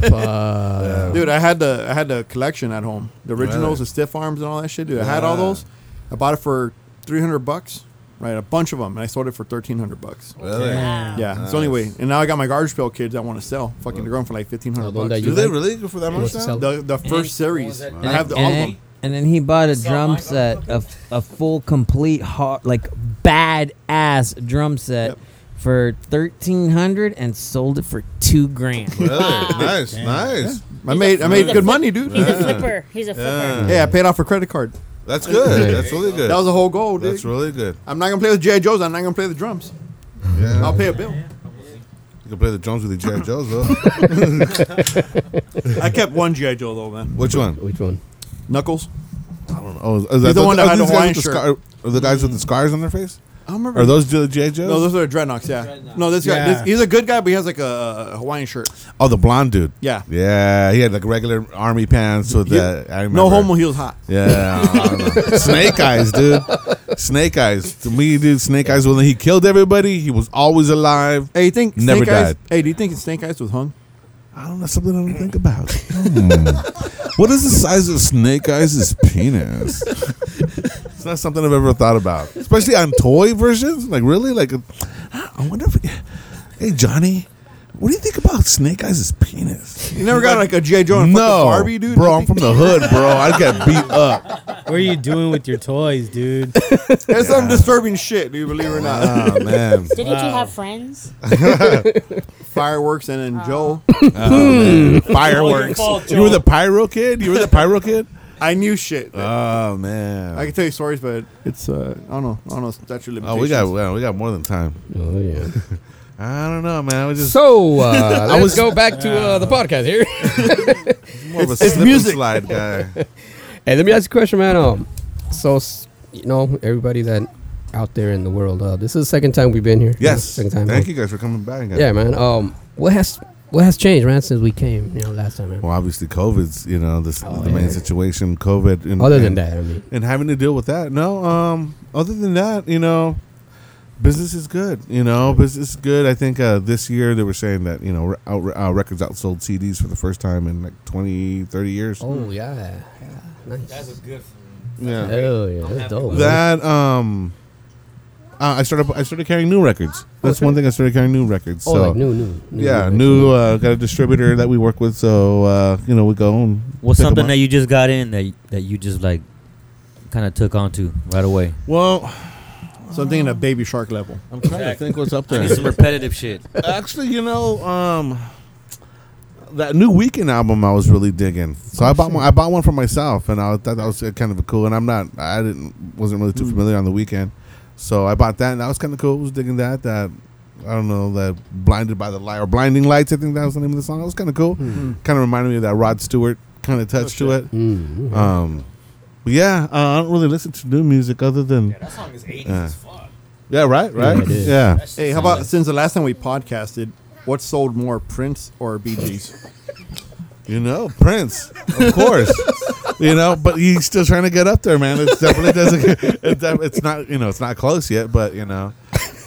D: Fuck.
C: Dude, I had the I had the collection at home. The originals, the stiff arms, and all that shit. Dude, I had all those. I bought it for three hundred bucks. Right, a bunch of them, and I sold it for thirteen hundred bucks.
F: Really?
H: Wow.
C: Yeah, it's the only way. And now I got my garbage pail kids I want to sell. Fucking, they're going for like fifteen
D: Oh,
C: hundred
D: the one that
C: bucks.
F: Do
D: you-
C: dude.
F: they really go for that much
D: Wants to
F: now?
D: sell-
C: The the first series, I have the, all of them.
B: And then he bought a drum set, a, f- a full, complete, hard, like badass drum set
C: Yep.
B: for thirteen hundred, and sold it for two grand.
F: Really? Nice, nice.
C: I made I made
H: a
C: good
H: flip-
C: money, dude.
H: He's
C: Yeah,
H: a flipper. He's a flipper.
C: I paid off a credit card.
F: That's good. That's really good.
C: That was a whole goal, dude.
F: That's really good.
C: I'm not gonna play with J. Joe's. I'm not gonna play the drums.
F: Yeah.
C: I'll pay a bill.
F: You can play the drums with the G.I. Joes, though.
C: I kept one G.I. Joe though, man.
F: Which one?
D: Which one?
C: Knuckles.
F: Oh, is that
C: the one that
F: are
C: had the
F: these guys
C: Hawaiian
F: with the
C: shirt.
F: scar- Are the guys with the scars on their face?
C: I don't remember.
F: Are those the G.I. Joes?
C: No, those are dreadnoughts. Yeah. No, this guy.
A: Yeah.
C: This, he's a good guy, but he has like a, a Hawaiian shirt.
F: oh, the blonde dude.
C: Yeah.
F: Yeah, he had like regular army pants with
C: You-
F: the. I remember.
C: No homo. He was hot.
F: Yeah. I don't know. Snake eyes, dude. Snake eyes. To me, dude, Snake eyes, when he killed everybody, he was always alive.
C: Hey, you think
F: Never
C: Snake Eyes?
F: died.
C: Hey, do you think Snake Eyes was hung?
F: I don't know, something I don't think about. Hmm. what is the size of Snake Eyes' penis? it's not something I've ever thought about, especially on toy versions. Like, really? Like, uh, I wonder if. Hey, Johnny, what do you think about Snake Eyes' penis?
C: You never got like a G.I. Joe and fucking
F: No,
C: Barbie, dude.
F: bro, I'm from the hood, bro. I got beat up.
A: What are you doing with your toys, dude?
C: That's some disturbing shit, dude. Believe it or not.
F: Oh man,
H: Didn't you have friends?
C: Fireworks and then Joe.
F: fireworks! You were the pyro kid. You were the pyro kid.
C: I knew shit.
F: Oh man.
C: I can tell you stories, but it's uh, I don't know. I don't know. That's your
F: oh,
C: limitations.
F: we got well, we got more than time.
D: Oh yeah.
F: I don't know, man. We just
D: So uh, let's go back to uh, the podcast here.
F: more of a
C: it's
F: slip
C: music.
F: and slide guy.
D: Hey, let me ask you a question, man. Um, so s- you know everybody that out there in the world, uh, this is the second time we've been here.
F: Yes.
D: second time.
F: Thank you guys for coming back. Guys.
D: Yeah, man. Um, what has what has changed, man, since we came? You know, last time, man.
F: Well, obviously, COVID's you know this
D: Oh,
F: the main
D: yeah.
F: situation. COVID. And,
D: Other than
F: and-
D: that, I mean,
F: and having to deal with that. No, um, other than that, you know, business is good. You know, business is good. I think uh, this year they were saying that you know re- out, uh, records outsold CDs for the first time in like 20, 30 years.
D: oh yeah, yeah nice.
F: yeah,
D: Oh yeah, that's dope. man.
F: that um. Uh, I started. I started carrying new records. That's one thing. I started carrying new records.
D: oh,
F: so
D: like new, new, new
F: yeah,
D: like,
F: new. Uh, got a distributor that we work with. So uh, you know, we go and
K: What's
F: pick 'em
K: something
F: up.
K: that you just got in that that you just like kind of took onto right away?
F: Well,
C: something in a baby shark level.
F: I'm trying to think what's up there.
K: Some repetitive shit.
F: Actually, you know, um, that new Weekend album I was really digging. So
D: Oh,
F: I bought one. I bought one for myself, and I thought that was uh, kind of cool. And I'm not. I didn't. Wasn't really
D: Hmm.
F: too familiar on the weekend, so I bought that, and that was kind of cool. I was digging that. That I don't know. That blinded by the light or blinding lights. I think that was the name of the song. That was kind of cool.
D: Hmm.
F: Kind of reminded me of that Rod Stewart kind
D: Oh,
F: of touch to it.
D: Mm, mm.
F: Um, but yeah, uh, I don't really listen to new music other than yeah,
G: that song is 80s
F: as
G: fuck.
F: right, right,
D: it is.
F: yeah.
C: Hey, how about since the last time we podcasted, what sold more, Prince or Bee Gees?
F: You know, Prince, of course. you know, but he's still trying to get up there, man. It definitely doesn't. It def- it's not. You know, it's not close yet, but you know,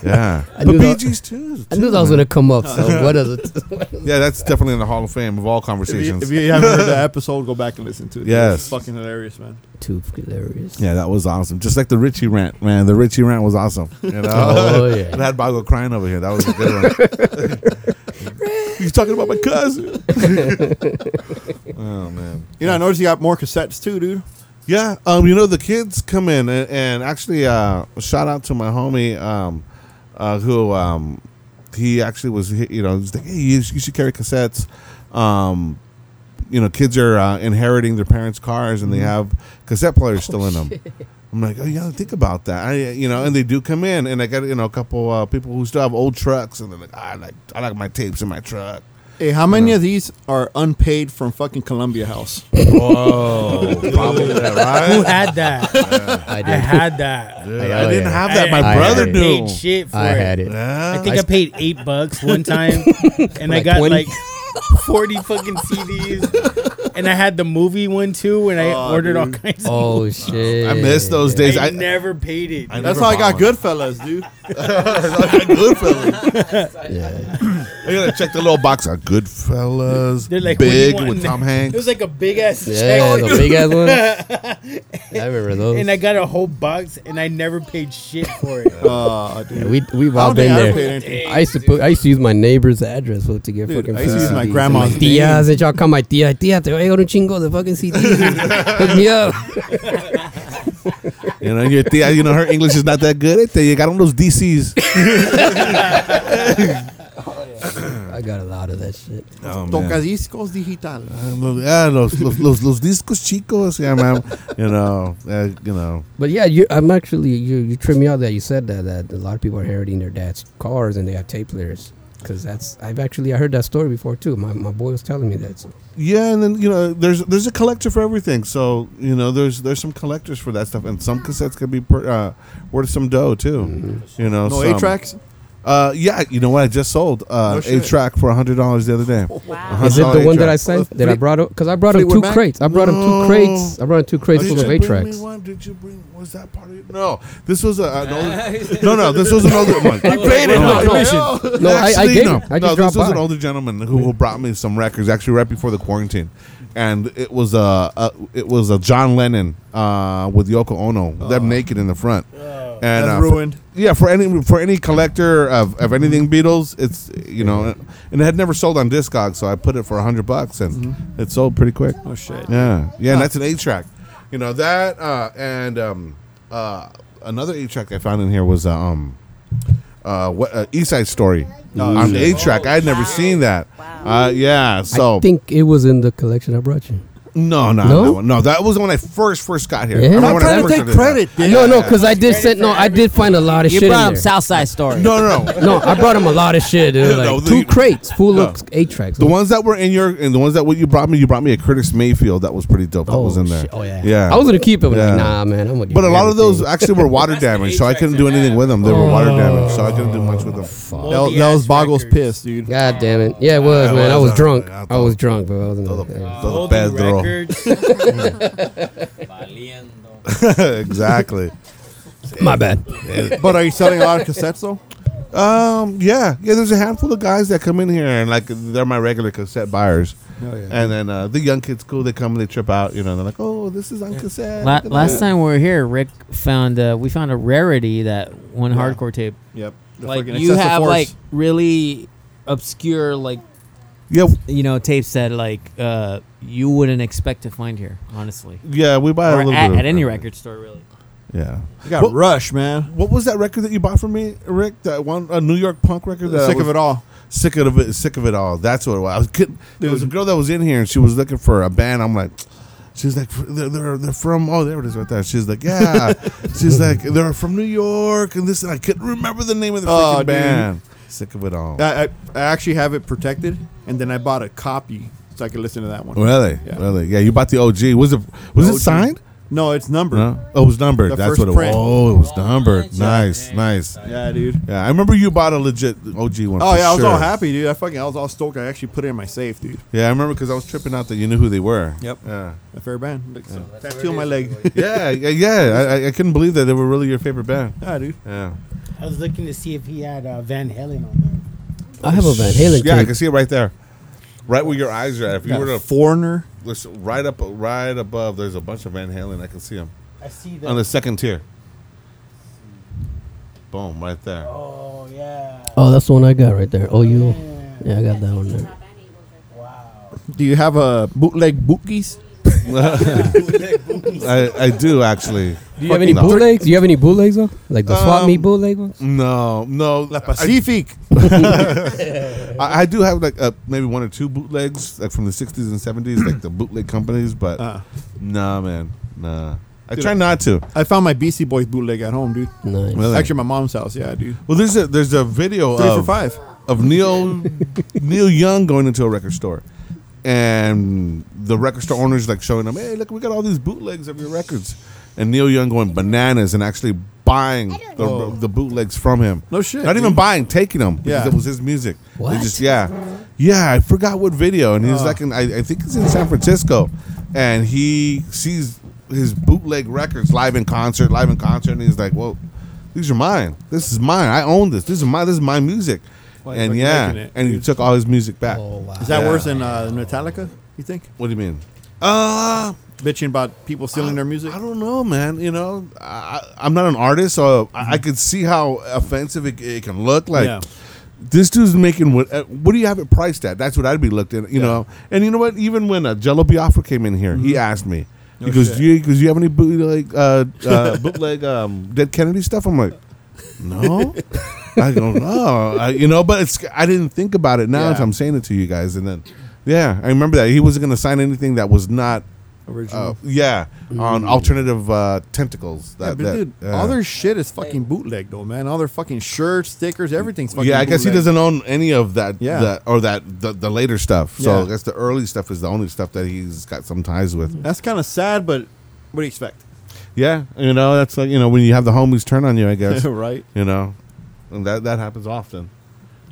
F: yeah. but
D: knew
F: Bee
D: that-
F: Gees too.
D: I knew that was gonna come up. So what is it?
F: Yeah, that's definitely in the Hall of Fame of all
C: If you,
F: conversations.
C: if you haven't heard the episode, go back and listen to it.
F: Yes.
C: it's fucking hilarious, man.
D: Too hilarious.
F: yeah, that was awesome. Just like the Richie rant, man. The Richie rant was awesome. You know,
D: Oh, yeah.
F: it had Bago crying over here. That was a good one. He's talking about my cousin. oh man.
C: You know, I noticed you got more cassettes too, dude.
F: Yeah, um, you know the kids come in and, and actually uh, shout out to my homie um, uh, who um, he actually was you know he's like hey you, sh- you should carry cassettes, um, you know kids are uh, inheriting their parents' cars and they have cassette players still in them. I'm like, oh, you gotta think about that. I, you know, and they do come in, and I got you know a couple uh, people who still have old trucks, and they're like, I like, I like my tapes in my truck.
C: Hey, how many of these are unpaid from fucking Columbia House?
F: Whoa, probably that,
A: Who
F: right?
A: had that?
D: I
A: I
D: did.
A: had that.
F: Yeah,
D: I-
F: I
D: oh,
F: didn't
D: yeah.
F: have that.
A: I-
F: My
D: I
F: brother
D: had it.
F: knew.
A: Paid shit for
D: I had it.
F: Yeah.
A: I think I,
D: I-
A: paid eight bucks one time, and I
D: Like
A: got
D: 20?
A: like forty fucking CDs, and I had the movie one too, and I ordered all kinds. of
D: Oh shit!
F: I miss those days.
A: I,
F: I,
A: never paid it.
F: I
C: That's how
F: never
C: I got
F: bought
C: Goodfellas, dude.
F: one. Goodfellas.
D: Yeah.
F: I gotta check the little box out. Goodfellas.
A: They're like, what do you
F: big
A: want?
F: with Tom
A: It
F: Hanks.
A: was like a big ass
D: Yeah,
A: check,
D: the big ass one. I remember those.
A: and I got a whole box, and I never paid shit for it.
C: Uh, dude.
D: Yeah, we we've
C: I
D: all
C: don't think
D: been
C: I ever paid
D: there.
C: anything.
D: I used to put, I used to use my neighbor's address for, to get
C: Dude,
D: fucking.
C: I used to
D: free
C: use my
D: CDs.
C: grandma's
D: My tías, they y'all call my tía. Tía, te voy a llegar un chingo de fucking CDs. Hook me up.
F: You know, your tia, you know, her English is not that good. I tell you, got on those DCs.
D: I got a lot of that shit.
F: Oh, man. Ah,
C: Tocadiscos digital.
F: Yeah, los, los, los, los discos chicos. Yeah, man. You know, uh, you know.
D: But yeah, you, I'm actually you you tripped me out that you said that that a lot of people are inheriting their dad's cars and they have tape players. Cause that's I've actually I heard that story before too. My, my boy was telling me that. So.
F: Yeah, and then you know, there's there's a collector for everything. So you know, there's there's some collectors for that stuff, and some cassettes can be per, uh, worth some dough too. You know,
C: Mm-hmm. No
F: some-
C: eight tracks.
F: Uh, yeah, you know what? I just sold uh,
C: No
F: an
C: shit.
F: eight track for hundred dollars the other day.
H: Wow.
F: Uh-huh.
D: Is it the
F: Solid
D: one that
F: track.
D: I sent that I
C: Fleet-
D: brought? Because I brought him
C: Fleetwood
D: two
C: Mac? Oh,
D: crates. I brought him
F: No.
D: two crates. I brought him two crates full
F: Did
D: of
F: you
D: eight
F: bring me
D: tracks.
F: one? Did you bring? Was that part of it? No, this was a an old, no, no. This was an older one. You
D: paid it, no, No, I- I
F: Actually,
D: gave
F: no,
D: it. I just
F: no, this
D: dropped
F: was
D: by.
F: an older gentleman who, who brought me some records actually right before the quarantine, and it was a, a it was a John Lennon uh, with Yoko Ono, them naked in the front, and
C: Oh. That's
F: uh,
C: ruined.
F: yeah, for any for any collector of, of anything Beatles, it's you know, and it had never sold on Discogs, so I put it for hundred bucks, and
C: Mm-hmm.
F: it sold pretty quick.
C: Oh shit.
F: Yeah, yeah, and that's an eight track. You know that, uh, and um, uh, another eight track I found in here was uh, um, uh, what uh, East Side Story
D: Oh,
F: on the eight track. I had never seen that. Uh, yeah, so
D: I think it was in the collection I brought you.
F: No, no,
D: No?
F: no, no. That was when I first first got here.
D: Yeah.
F: I
D: I'm
F: remember
D: not
F: when I
D: trying to
F: first
D: take
F: started
D: credit,
F: that.
D: no, no, because I did send. No, I did find a lot of
B: You
D: shit.
B: brought
D: in
B: him
D: there.
B: Southside Story.
F: No, no, no.
D: No, I brought him a lot of shit, dude.
F: No,
D: Like
F: no,
D: two
F: the-
D: crates full
F: no.
D: of eight tracks.
F: The ones that were in your and the ones that what you brought me, you brought me a Curtis Mayfield that was pretty dope. That
D: Oh,
F: was in there.
D: shit. Oh, yeah.
F: yeah.
D: I was gonna keep it, but
F: Yeah.
D: like, nah, man. I'm gonna.
F: but a lot of those actually were water damaged, so I couldn't do anything with them. They were
D: Oh.
F: water damaged, so I couldn't do much with them.
C: That, that was Boggle's piss, dude.
D: God damn it! Yeah, it was,
F: I
D: man. I was
F: was, uh,
D: drunk.
F: I
D: I was drunk, bro. I wasn't. yeah.
F: Those bad throw. exactly.
D: My bad.
C: But are you selling a lot of cassettes though?
F: Um. Yeah. Yeah. There's a handful of guys that come in here and like they're my regular cassette buyers.
C: Oh, yeah.
F: And then uh, the young kids, cool. They come, they trip out. You know, they're like, "Oh, this is on cassette."
G: La-
F: look at
G: last
F: that."
G: time we were here, Rick found uh, we found a rarity that one hardcore tape.
C: Yep. The
G: Like
C: freaking
G: you
C: excessive
G: have
C: force.
G: like really obscure like
F: Yeah.
G: you know tapes that like uh, you wouldn't expect to find here, honestly,
F: Yeah. We buy
G: or
F: a little
G: at,
F: bit of
G: at any
F: everything.
G: record store really.
F: Yeah.
C: you got
F: What-
C: Rush, man.
F: What was that record that you bought for me, Rick? That one, a New York punk record. That I
C: Sick
F: was
C: of it all.
F: Sick of it. Sick of it all. That's what it was. I was kidding. There was a girl that was in here, and she was looking for a band. I'm like, she's like, they're, they're, they're from. Oh, there it is, right there. She's like, yeah. she's like, they're from New York, and this. And I couldn't remember the name of the
C: Oh,
F: freaking
C: dude.
F: band. Sick of it all.
C: I, I, I actually have it protected, and then I bought a copy so I could listen to that one.
F: really,
C: Yeah.
F: really. Yeah, you bought the OG. Was it? Was
C: OG.
F: it signed?
C: No, it's numbered.
F: No. Oh, it was numbered.
C: The
F: That's
C: first
F: what it
C: print.
F: was. Oh, it was numbered. Nice, nice.
C: Yeah, dude.
F: Yeah, I remember you bought a legit OG one.
C: Oh
F: for
C: yeah, I was all
F: sure.
C: happy, dude. I fucking, I was all stoked. I actually put it in my safe, dude.
F: Yeah, I remember because I was tripping out that you knew who they were.
C: Yep.
F: Yeah.
C: A fair band. Like, so, tattoo on my leg.
F: Yeah, yeah, yeah. I- I, I couldn't believe that they were really your favorite band.
C: yeah, dude.
F: Yeah.
A: I was looking to see if he had uh, Van Halen on there.
D: I have a Van Halen
F: Yeah, I
D: tape.
F: can see it right there. Right where your eyes are. at. If you were to
C: foreigner.
F: listen, right up, right above, there's a bunch of Van Halen. I can see them
A: I see
F: on
A: that.
F: the second tier. Boom, right there.
A: Oh yeah.
D: Oh, that's the one I got right there. Oh, you. Yeah, I got that one there.
C: Do you have a bootleg bookies?
F: I, I do actually.
D: Do you have any bootlegs? Do you have any bootlegs though? Like the swap meet
F: Um,
D: bootleg ones?
F: No, no.
C: La
F: I-
C: Pacific.
F: I, I do have like uh, maybe one or two bootlegs like from the '60s and '70s, like the bootleg companies. But
C: Uh.
F: nah, man, nah. I
C: Dude,
F: try
C: I-
F: not to.
C: I found my BC Boys bootleg at home, dude.
D: Nice.
F: Really?
C: Actually, my mom's house. Yeah, dude.
F: Well, there's a there's a video
C: Three
F: of
C: for five.
F: of Neil Neil Young going into a record store, and the record store owners like showing him, "Hey, look, we got all these bootlegs of your records," and Neil Young going bananas and actually buying the,
C: know.
F: the bootlegs from him.
C: No shit,
F: Not even
C: dude.
F: buying, taking them because
C: Yeah.
F: it was his music. They
D: What?
F: just- yeah, yeah. I forgot what video, and he's
C: Uh.
F: like, in, I, I think it's in San Francisco, and he sees his bootleg records live in concert, live in concert, and he's like, "Whoa, these are mine. This is mine. I own this. This is my. This is my music."
C: Why
F: and
C: fucking
F: yeah,
C: making it,
F: and he
C: dude?
F: took all his music back.
D: Oh wow.
C: Is that
F: Yeah.
C: worse than uh, Metallica? You think?
F: What do you mean? Uh,
C: Bitching about people stealing their music.
F: I don't know, man. You know, I, I- I'm not an artist, so I, I could see how offensive it, it can look. Like,
C: Mm-hmm. Yeah.
F: this dude's making what? uh, What do you have it priced at? That's what I'd be looked at. You know, and you know what? Even when uh, Jello Biafra came in here, he asked me. He
C: Mm-hmm. No
F: goes,
C: shit.
F: do you, "Because you have any bootleg, uh, uh, bootleg um, Dead Kennedy stuff?" I'm like, "No." I go, "No," I, you know. But it's I didn't think about it now
C: Yeah.
F: as I'm saying it to you guys, and then yeah, I remember that he wasn't going to sign anything that was not
C: Original.
F: uh, yeah, on alternative uh, tentacles. That,
C: Mm. yeah, but
F: that-
C: dude,
F: yeah.
C: all their shit is fucking bootleg though, man. All their fucking shirts, stickers, everything's fucking.
F: yeah, I guess he
C: bootleg.
F: doesn't own any of that.
C: Yeah.
F: that, or that the, the later stuff. So
C: Yeah.
F: I guess the early stuff is the only stuff that he's got some ties with.
C: That's kind of sad, but what do you expect?
F: Yeah, you know that's like you know when you have the homies turn on you. I guess
C: right.
F: you know, and that that happens often.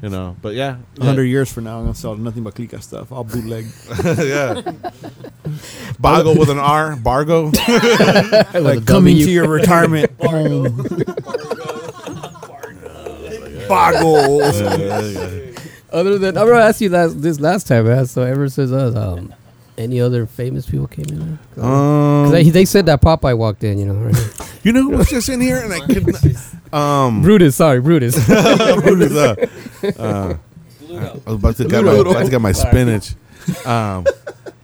F: You know, but yeah,
C: A hundred years from now, I'm gonna sell nothing but Clica stuff. I'll bootleg.
F: yeah. Bargo with an R, Bargo.
C: like coming to your retirement. Boggles.
D: Other than I remember I asked you last this last time, man. So ever since us, um, any other famous people came in? Because
F: Um,
D: they, they said that Popeye walked in, you know. Right?
F: you know who was just in here and I couldn't. Um,
D: Brutus, sorry, Brutus.
F: Brutus, uh, uh, I was about to get my, about to get my spinach. Um,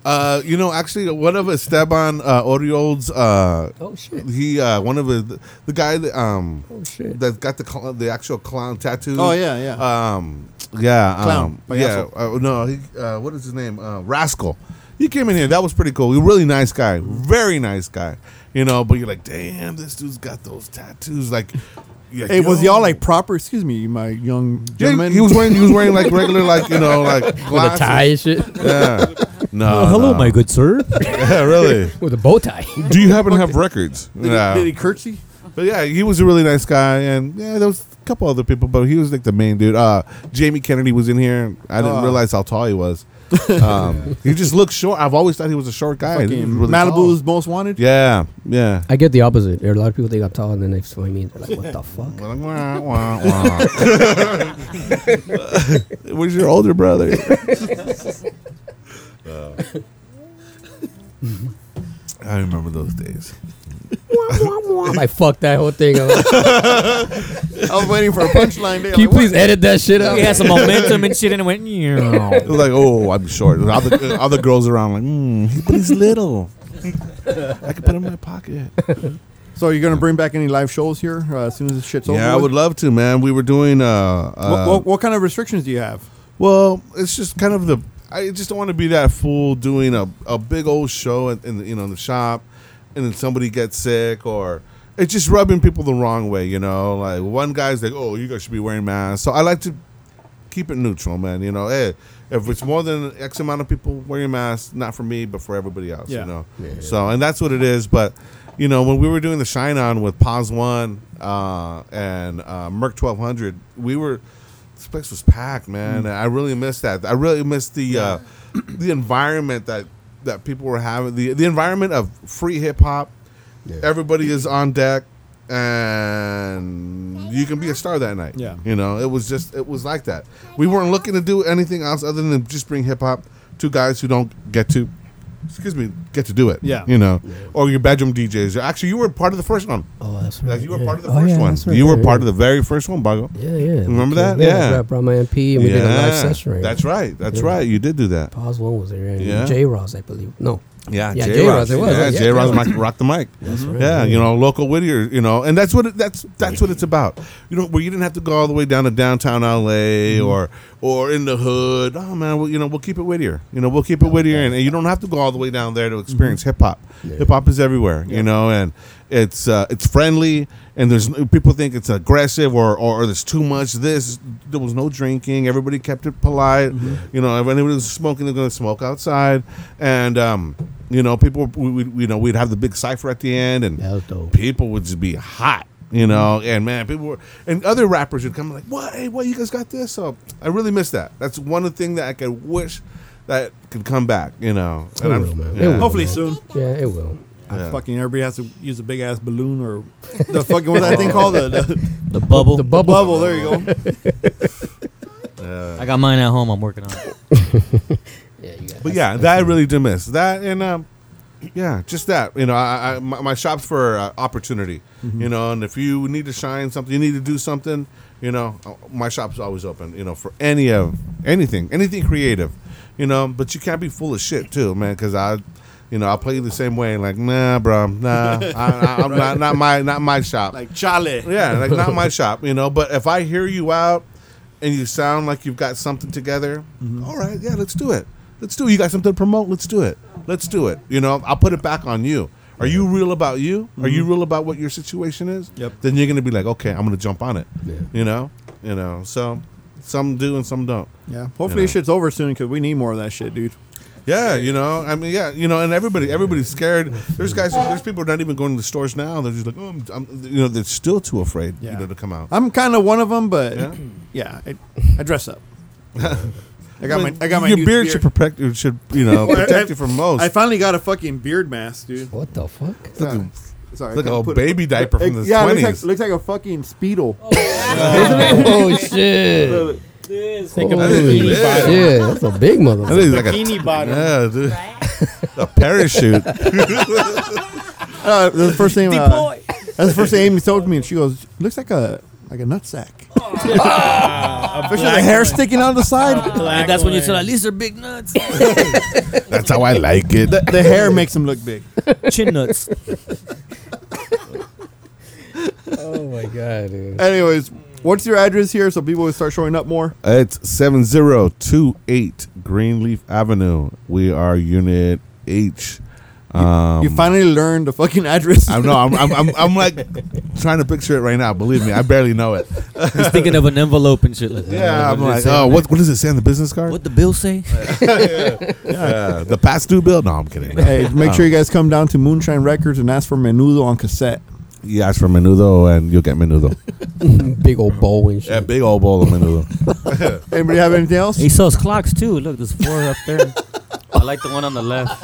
F: uh, you know, actually, one of Esteban uh, Oriol's, uh,
D: oh shit!
F: he uh, one of his, the guy that um,
D: Oh shit!
F: that got the cl- the actual clown tattoo.
C: Oh yeah, yeah.
F: Um, yeah,
C: Clown, Oh,
F: um, yeah.
C: payaso.
F: Uh, no, he, uh, what is his name? Uh, Rascal. He came in here. That was pretty cool. He really nice guy. Very nice guy. You know, but you're like, damn, this dude's got those tattoos. Like, you're
C: Hey, was
F: yo.
C: y'all like proper? Excuse me, my young
F: Yeah,
C: gentleman.
F: he was wearing he was wearing like regular like you know like
D: With a
F: glasses.
D: tie and shit.
F: Yeah. No.
K: Oh, hello,
F: no.
K: my good sir.
F: Yeah, really.
D: With a bow tie.
F: Do you happen to have records?
C: Did,
F: No.
C: he, did he curtsy?
F: But yeah, he was a really nice guy, and yeah, there was a couple other people, but he was like the main dude. Uh, Jamie Kennedy was in here. I didn't
C: Oh.
F: realize how tall he was. Um, he just looked short. I've always thought he was a short guy. He
C: Fucking
F: was really
C: Malibu's
F: tall.
C: most wanted.
F: Yeah, yeah.
D: I get the opposite. There are a lot of people think I'm tall, and then they saw me and they're like, "What the fuck?"
F: Wah, wah, wah. Where's your older brother? Uh, I remember those days.
D: I'm like, "Fuck that whole thing." up.
C: I was waiting for a punchline. Day.
D: Can you please edit that shit out?
G: We had some momentum and shit, and it went.
F: It was like, oh, I'm short. And all the all the girls around like, mm, but he's little. I can put him in my pocket.
C: So are you gonna bring back any live shows here uh, as soon as this shit's over?
F: Yeah, I
C: with?
F: would love to, man. We were doing uh, uh
C: what, what, what kind of restrictions do you have?
F: well, it's just kind of the I just don't want to be that fool doing a, a big old show in, in the, you know in the shop, and then somebody gets sick or it's just rubbing people the wrong way, you know. Like one guy's like, oh, you guys should be wearing masks. So I like to keep it neutral, man. You know, hey, if it's more than X amount of people wearing masks, not for me, but for everybody else.
C: Yeah.
F: You know, so and that's what it is. But you know, when we were doing the Shine On with Pause One uh, and uh, Merc Twelve Hundred, we were this place was packed, man. And I really missed that. I really missed the uh, the environment that that people were having the the environment of free hip hop. Everybody is on deck. And you can be a star that night.
C: Yeah.
F: You know, it was just it was like that. We weren't looking to do anything else other than just bring hip hop to guys who don't get to excuse me, get to do it.
C: Yeah.
F: You know. Or your bedroom DJs. Actually you were part of the first one.
D: Oh, that's right.
F: Like you were
D: yeah.
F: part of the
D: Oh,
F: first
D: yeah,
F: one.
D: that's right,
F: You were
D: yeah,
F: part of
D: yeah.
F: the very first one, Bago.
D: Yeah, yeah.
F: Remember
D: Okay,
F: that? Yeah.
D: I brought my MP and we did a live session. Right
F: That's right. That's
D: Yeah.
F: right. You did do that.
D: Pause one was there.
F: Yeah.
D: Yeah. J Ross, I believe. No.
F: Yeah,
D: Yeah,
F: J
D: J-Roz,
F: Roz.
D: it was.
F: Yeah,
D: Yeah,
F: J Roz
D: J-Roz.
F: mic rock the mic.
D: right.
F: Yeah, you know, local Whittier, you know, and that's what it, that's that's what it's about. You know, where you didn't have to go all the way down to downtown
D: Mm-hmm.
F: LA or or in the hood. Oh man, well, you know, we'll keep it Whittier. You know, we'll keep it Whittier, and, and you don't have to go all the way down there to experience
D: Mm-hmm.
F: hip hop. Hip hop is everywhere, you know, and it's uh, it's friendly, and there's people think it's aggressive or, or, or there's too much. This there was no drinking. Everybody kept it polite.
D: Mm-hmm.
F: You know, if anybody was smoking, they're gonna smoke outside, and um, you know, people we, we you know we'd have the big cipher at the end, and
D: That was dope.
F: people would just be hot, you know. And man, people were, and other rappers would come like, "What? Hey, what? You guys got this?" So I really miss that. That's one of the things that I could wish that could come back, you know. And
D: It
F: I'm-
D: will, man. It
F: yeah.
D: will,
C: Hopefully
D: man.
C: soon.
D: Yeah, it will.
F: Yeah.
C: Fucking everybody has to use a big ass balloon or the fucking what's that thing called the, the
K: The bubble.
D: The bubble.
C: bubble. There you go.
K: I got mine at home. I'm working on it.
D: Yeah, you got
F: But yeah, that I really do miss that, and um, yeah, just that. You know, I, I my, my shop's for uh, opportunity. You know, and if you need to shine something, you need to do something. You know, uh, my shop's always open. You know, for any of anything, anything creative. You know, but you can't be full of shit too, man. Because I, you know, I play you the same way. Like, nah, bro, nah, I, I, I'm not not my not my shop.
C: Like Charlie.
F: Yeah, like not my shop, you know. But if I hear you out and you sound like you've got something together,
C: Mm-hmm.
F: all right, yeah, let's do it. Let's do it. You got something to promote? Let's do it. Let's do it. You know, I'll put it back on you. Are you real about you? Are you real about what your situation is?
C: Mm-hmm. Yep.
F: Then you're gonna be like, okay, I'm gonna jump on it.
D: Yeah.
F: You know, you know. So some do and some don't.
C: Yeah. Hopefully, this shit's over soon because we need more of that shit, dude.
F: Yeah, you know, I mean, yeah, you know, and everybody, everybody's scared. There's guys, there's people not even going to the stores now. They're just like, oh, I'm, I'm- you know, they're still too afraid, you
C: Yeah.
F: know, to come out.
C: I'm kind of one of them, but
F: Yeah?
C: yeah, I, I dress up. I got
F: Well,
C: my I got my
F: your
C: new
F: beard, should protect you should you know protect you from most.
C: I finally got a fucking beard mask, dude.
D: What the fuck?
F: It's like a-
C: Sorry,
F: it's like
C: I
F: a
C: couldn't
F: old
C: put it-
F: baby diaper from the
C: yeah, it looks like,
F: twenties.
C: looks like a fucking speedo.
D: oh shit!
A: Think
D: Holy
A: about it.
F: Yeah.
D: shit! That's a big
F: That
D: motherfucker.
F: looks like a
A: Bikini bottom.
F: yeah, dude. a parachute.
C: Uh, the first thing. Uh, that's the first thing Amy told me, and she goes, "Looks like a like a nutsack." Especially the hair sticking out the side.
A: Black
K: That's when you
A: one.
K: said, at least they're big nuts.
F: That's how I like it.
C: The, the hair makes them look big.
K: Chin nuts.
D: Oh my god, dude.
C: Anyways, What's your address here so people will start showing up more?
F: It's 7028 Greenleaf Avenue. We are Unit H. Um,
C: you finally learned the fucking address.
F: I know. I'm, I'm, I'm, I'm like trying to picture it right now. Believe me, I barely know it.
K: He's thinking of an envelope and shit like that.
F: Yeah, I'm
K: What
F: like,
K: does it say?
F: oh, what, what does it say on the business card?
K: What the bill say?
F: Yeah, the past due bill? No, I'm kidding.
C: Hey, make
F: Um,
C: sure you guys come down to Moonshine Records and ask for Menudo on cassette.
F: You ask for menudo and you'll get menudo.
D: Big old bowl and shit.
F: yeah, big old bowl of menudo.
C: Anybody have anything else?
K: He sells clocks too. Look, there's four up there. I like the one on the left.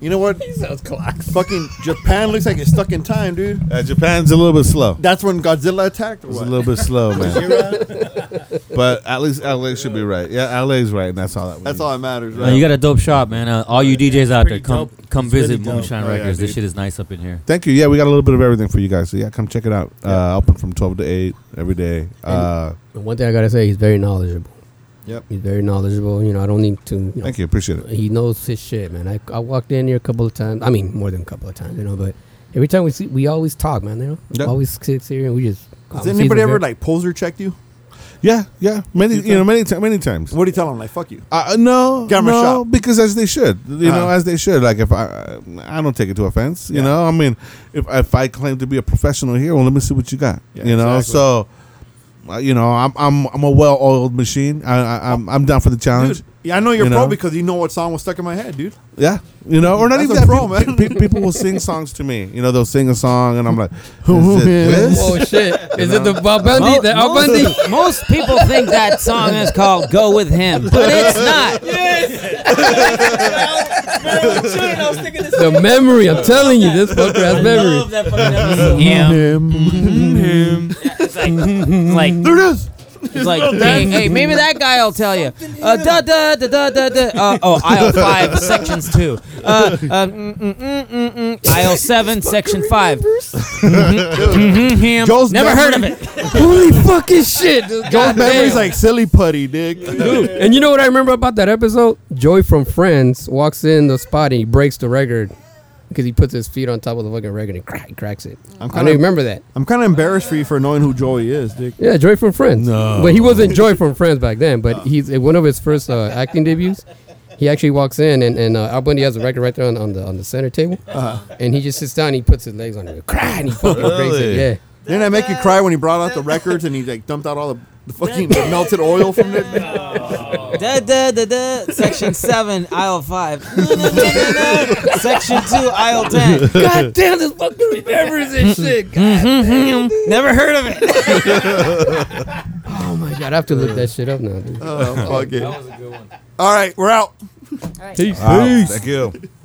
C: You know what?
D: Those clocks.
C: Fucking Japan looks like it's stuck in time, dude.
F: Uh, Japan's a little bit slow.
C: That's when Godzilla attacked. Or
F: It's a
C: what?
F: little bit slow, man. but at least LA should be right. Yeah, LA's right, and that's all that. we
C: That's
F: need.
C: all that matters,
K: Uh,
C: right?
K: you got a dope shop, man. Uh, all you DJs out there,
A: pretty
K: come
A: dope.
K: come
A: It's
K: visit
A: really dope.
K: Moonshine
F: Oh, yeah,
K: Records. this
F: dude.
K: shit is nice up in here.
F: Thank you. Yeah, we got a little bit of everything for you guys. So yeah, come check it out. Uh, open from twelve to eight every day. Uh,
D: And one thing I gotta say, he's very knowledgeable.
C: Yep.
D: He's very knowledgeable. You know, I don't need to. You know,
F: thank you. Appreciate it.
D: He knows his shit, man. I, I walked in here a couple of times. I mean, more than a couple of times, you know. But every time we see, we always talk, man. You know,
F: Yeah.
D: always sits here and we just.
C: Has
D: conversations
C: anybody
D: are
C: ever
D: very-
C: like poser checked you?
F: Yeah, yeah. Many, you know, many times, many times.
C: What do you tell them? Like fuck you.
F: Uh, no,
C: Camera
F: no,
C: shot.
F: because as they should, you know,
C: Uh-huh.
F: as they should. Like if I, I don't take it to offense, you
C: Yeah.
F: know. I mean, if if I claim to be a professional here, well, let me see what you got,
C: Yeah,
F: you know.
C: exactly.
F: So, uh, you know, I'm I'm I'm a well-oiled machine. I, I I'm I'm down for the challenge.
C: Dude, yeah, I know you're
F: You
C: pro
F: know?
C: because you know what song was stuck in my head, dude.
F: Yeah, you know, or not
C: That's
F: even
C: a
F: that.
C: pro,
F: Pro, people,
C: man.
F: pe- people will sing songs to me. You know, they'll sing a song, and I'm like,
C: Who
F: is it
C: is
F: this?
B: Oh shit! Is it the Bob
G: Mo- most, most people think that song is called "Go with Him," but it's not.
D: the memory? I'm telling you, this fucker has memory.
B: that fucking episode.
G: Him.
B: It's like,
G: Like
C: There it is.
G: It's like, hey, hey, maybe that guy will tell you. Uh, da, da, da, da, da, da. Uh, oh, aisle five, sections two. Uh, uh, mm, mm, mm, mm, mm. Aisle seven, section five. Mhm, mhm, him.
C: Joel's
G: Never heard of
C: memory-
G: it.
D: Holy fucking shit! dude.
C: Joel's
D: Goddamn.
C: memory's like silly putty, dick.
D: Dude, and you know what I remember about that episode? Joey from Friends walks in the spot and he breaks the record because he puts his feet on top of the fucking record and crack, cracks it. I
C: I'm kind
D: don't
C: of
D: remember that.
C: I'm kind of embarrassed for you for knowing who Joey is, dick.
D: Yeah, Joy from Friends.
F: No.
D: But he wasn't Joy from Friends back then. But he's in one of his first uh, acting debuts. He actually walks in and, and uh, Al Bundy has a record right there on, on the on the center table, and he just sits down. and He puts his legs on it, cry, and he fucking breaks it.
F: Really?
D: Yeah,
C: Didn't I make you cry when he brought out the records and he like dumped out all the, the fucking melted oil from it?
B: da, da, da, da.
G: Section seven, aisle five. section two, aisle ten. Mm-hmm,
D: God damn, this fucking remembers this shit. God.
G: Never heard of it.
D: Oh my god, I have to look that shit up now. Dude.
C: Oh, fuck it. All right, we're out.
F: Wow, Ah, thank you.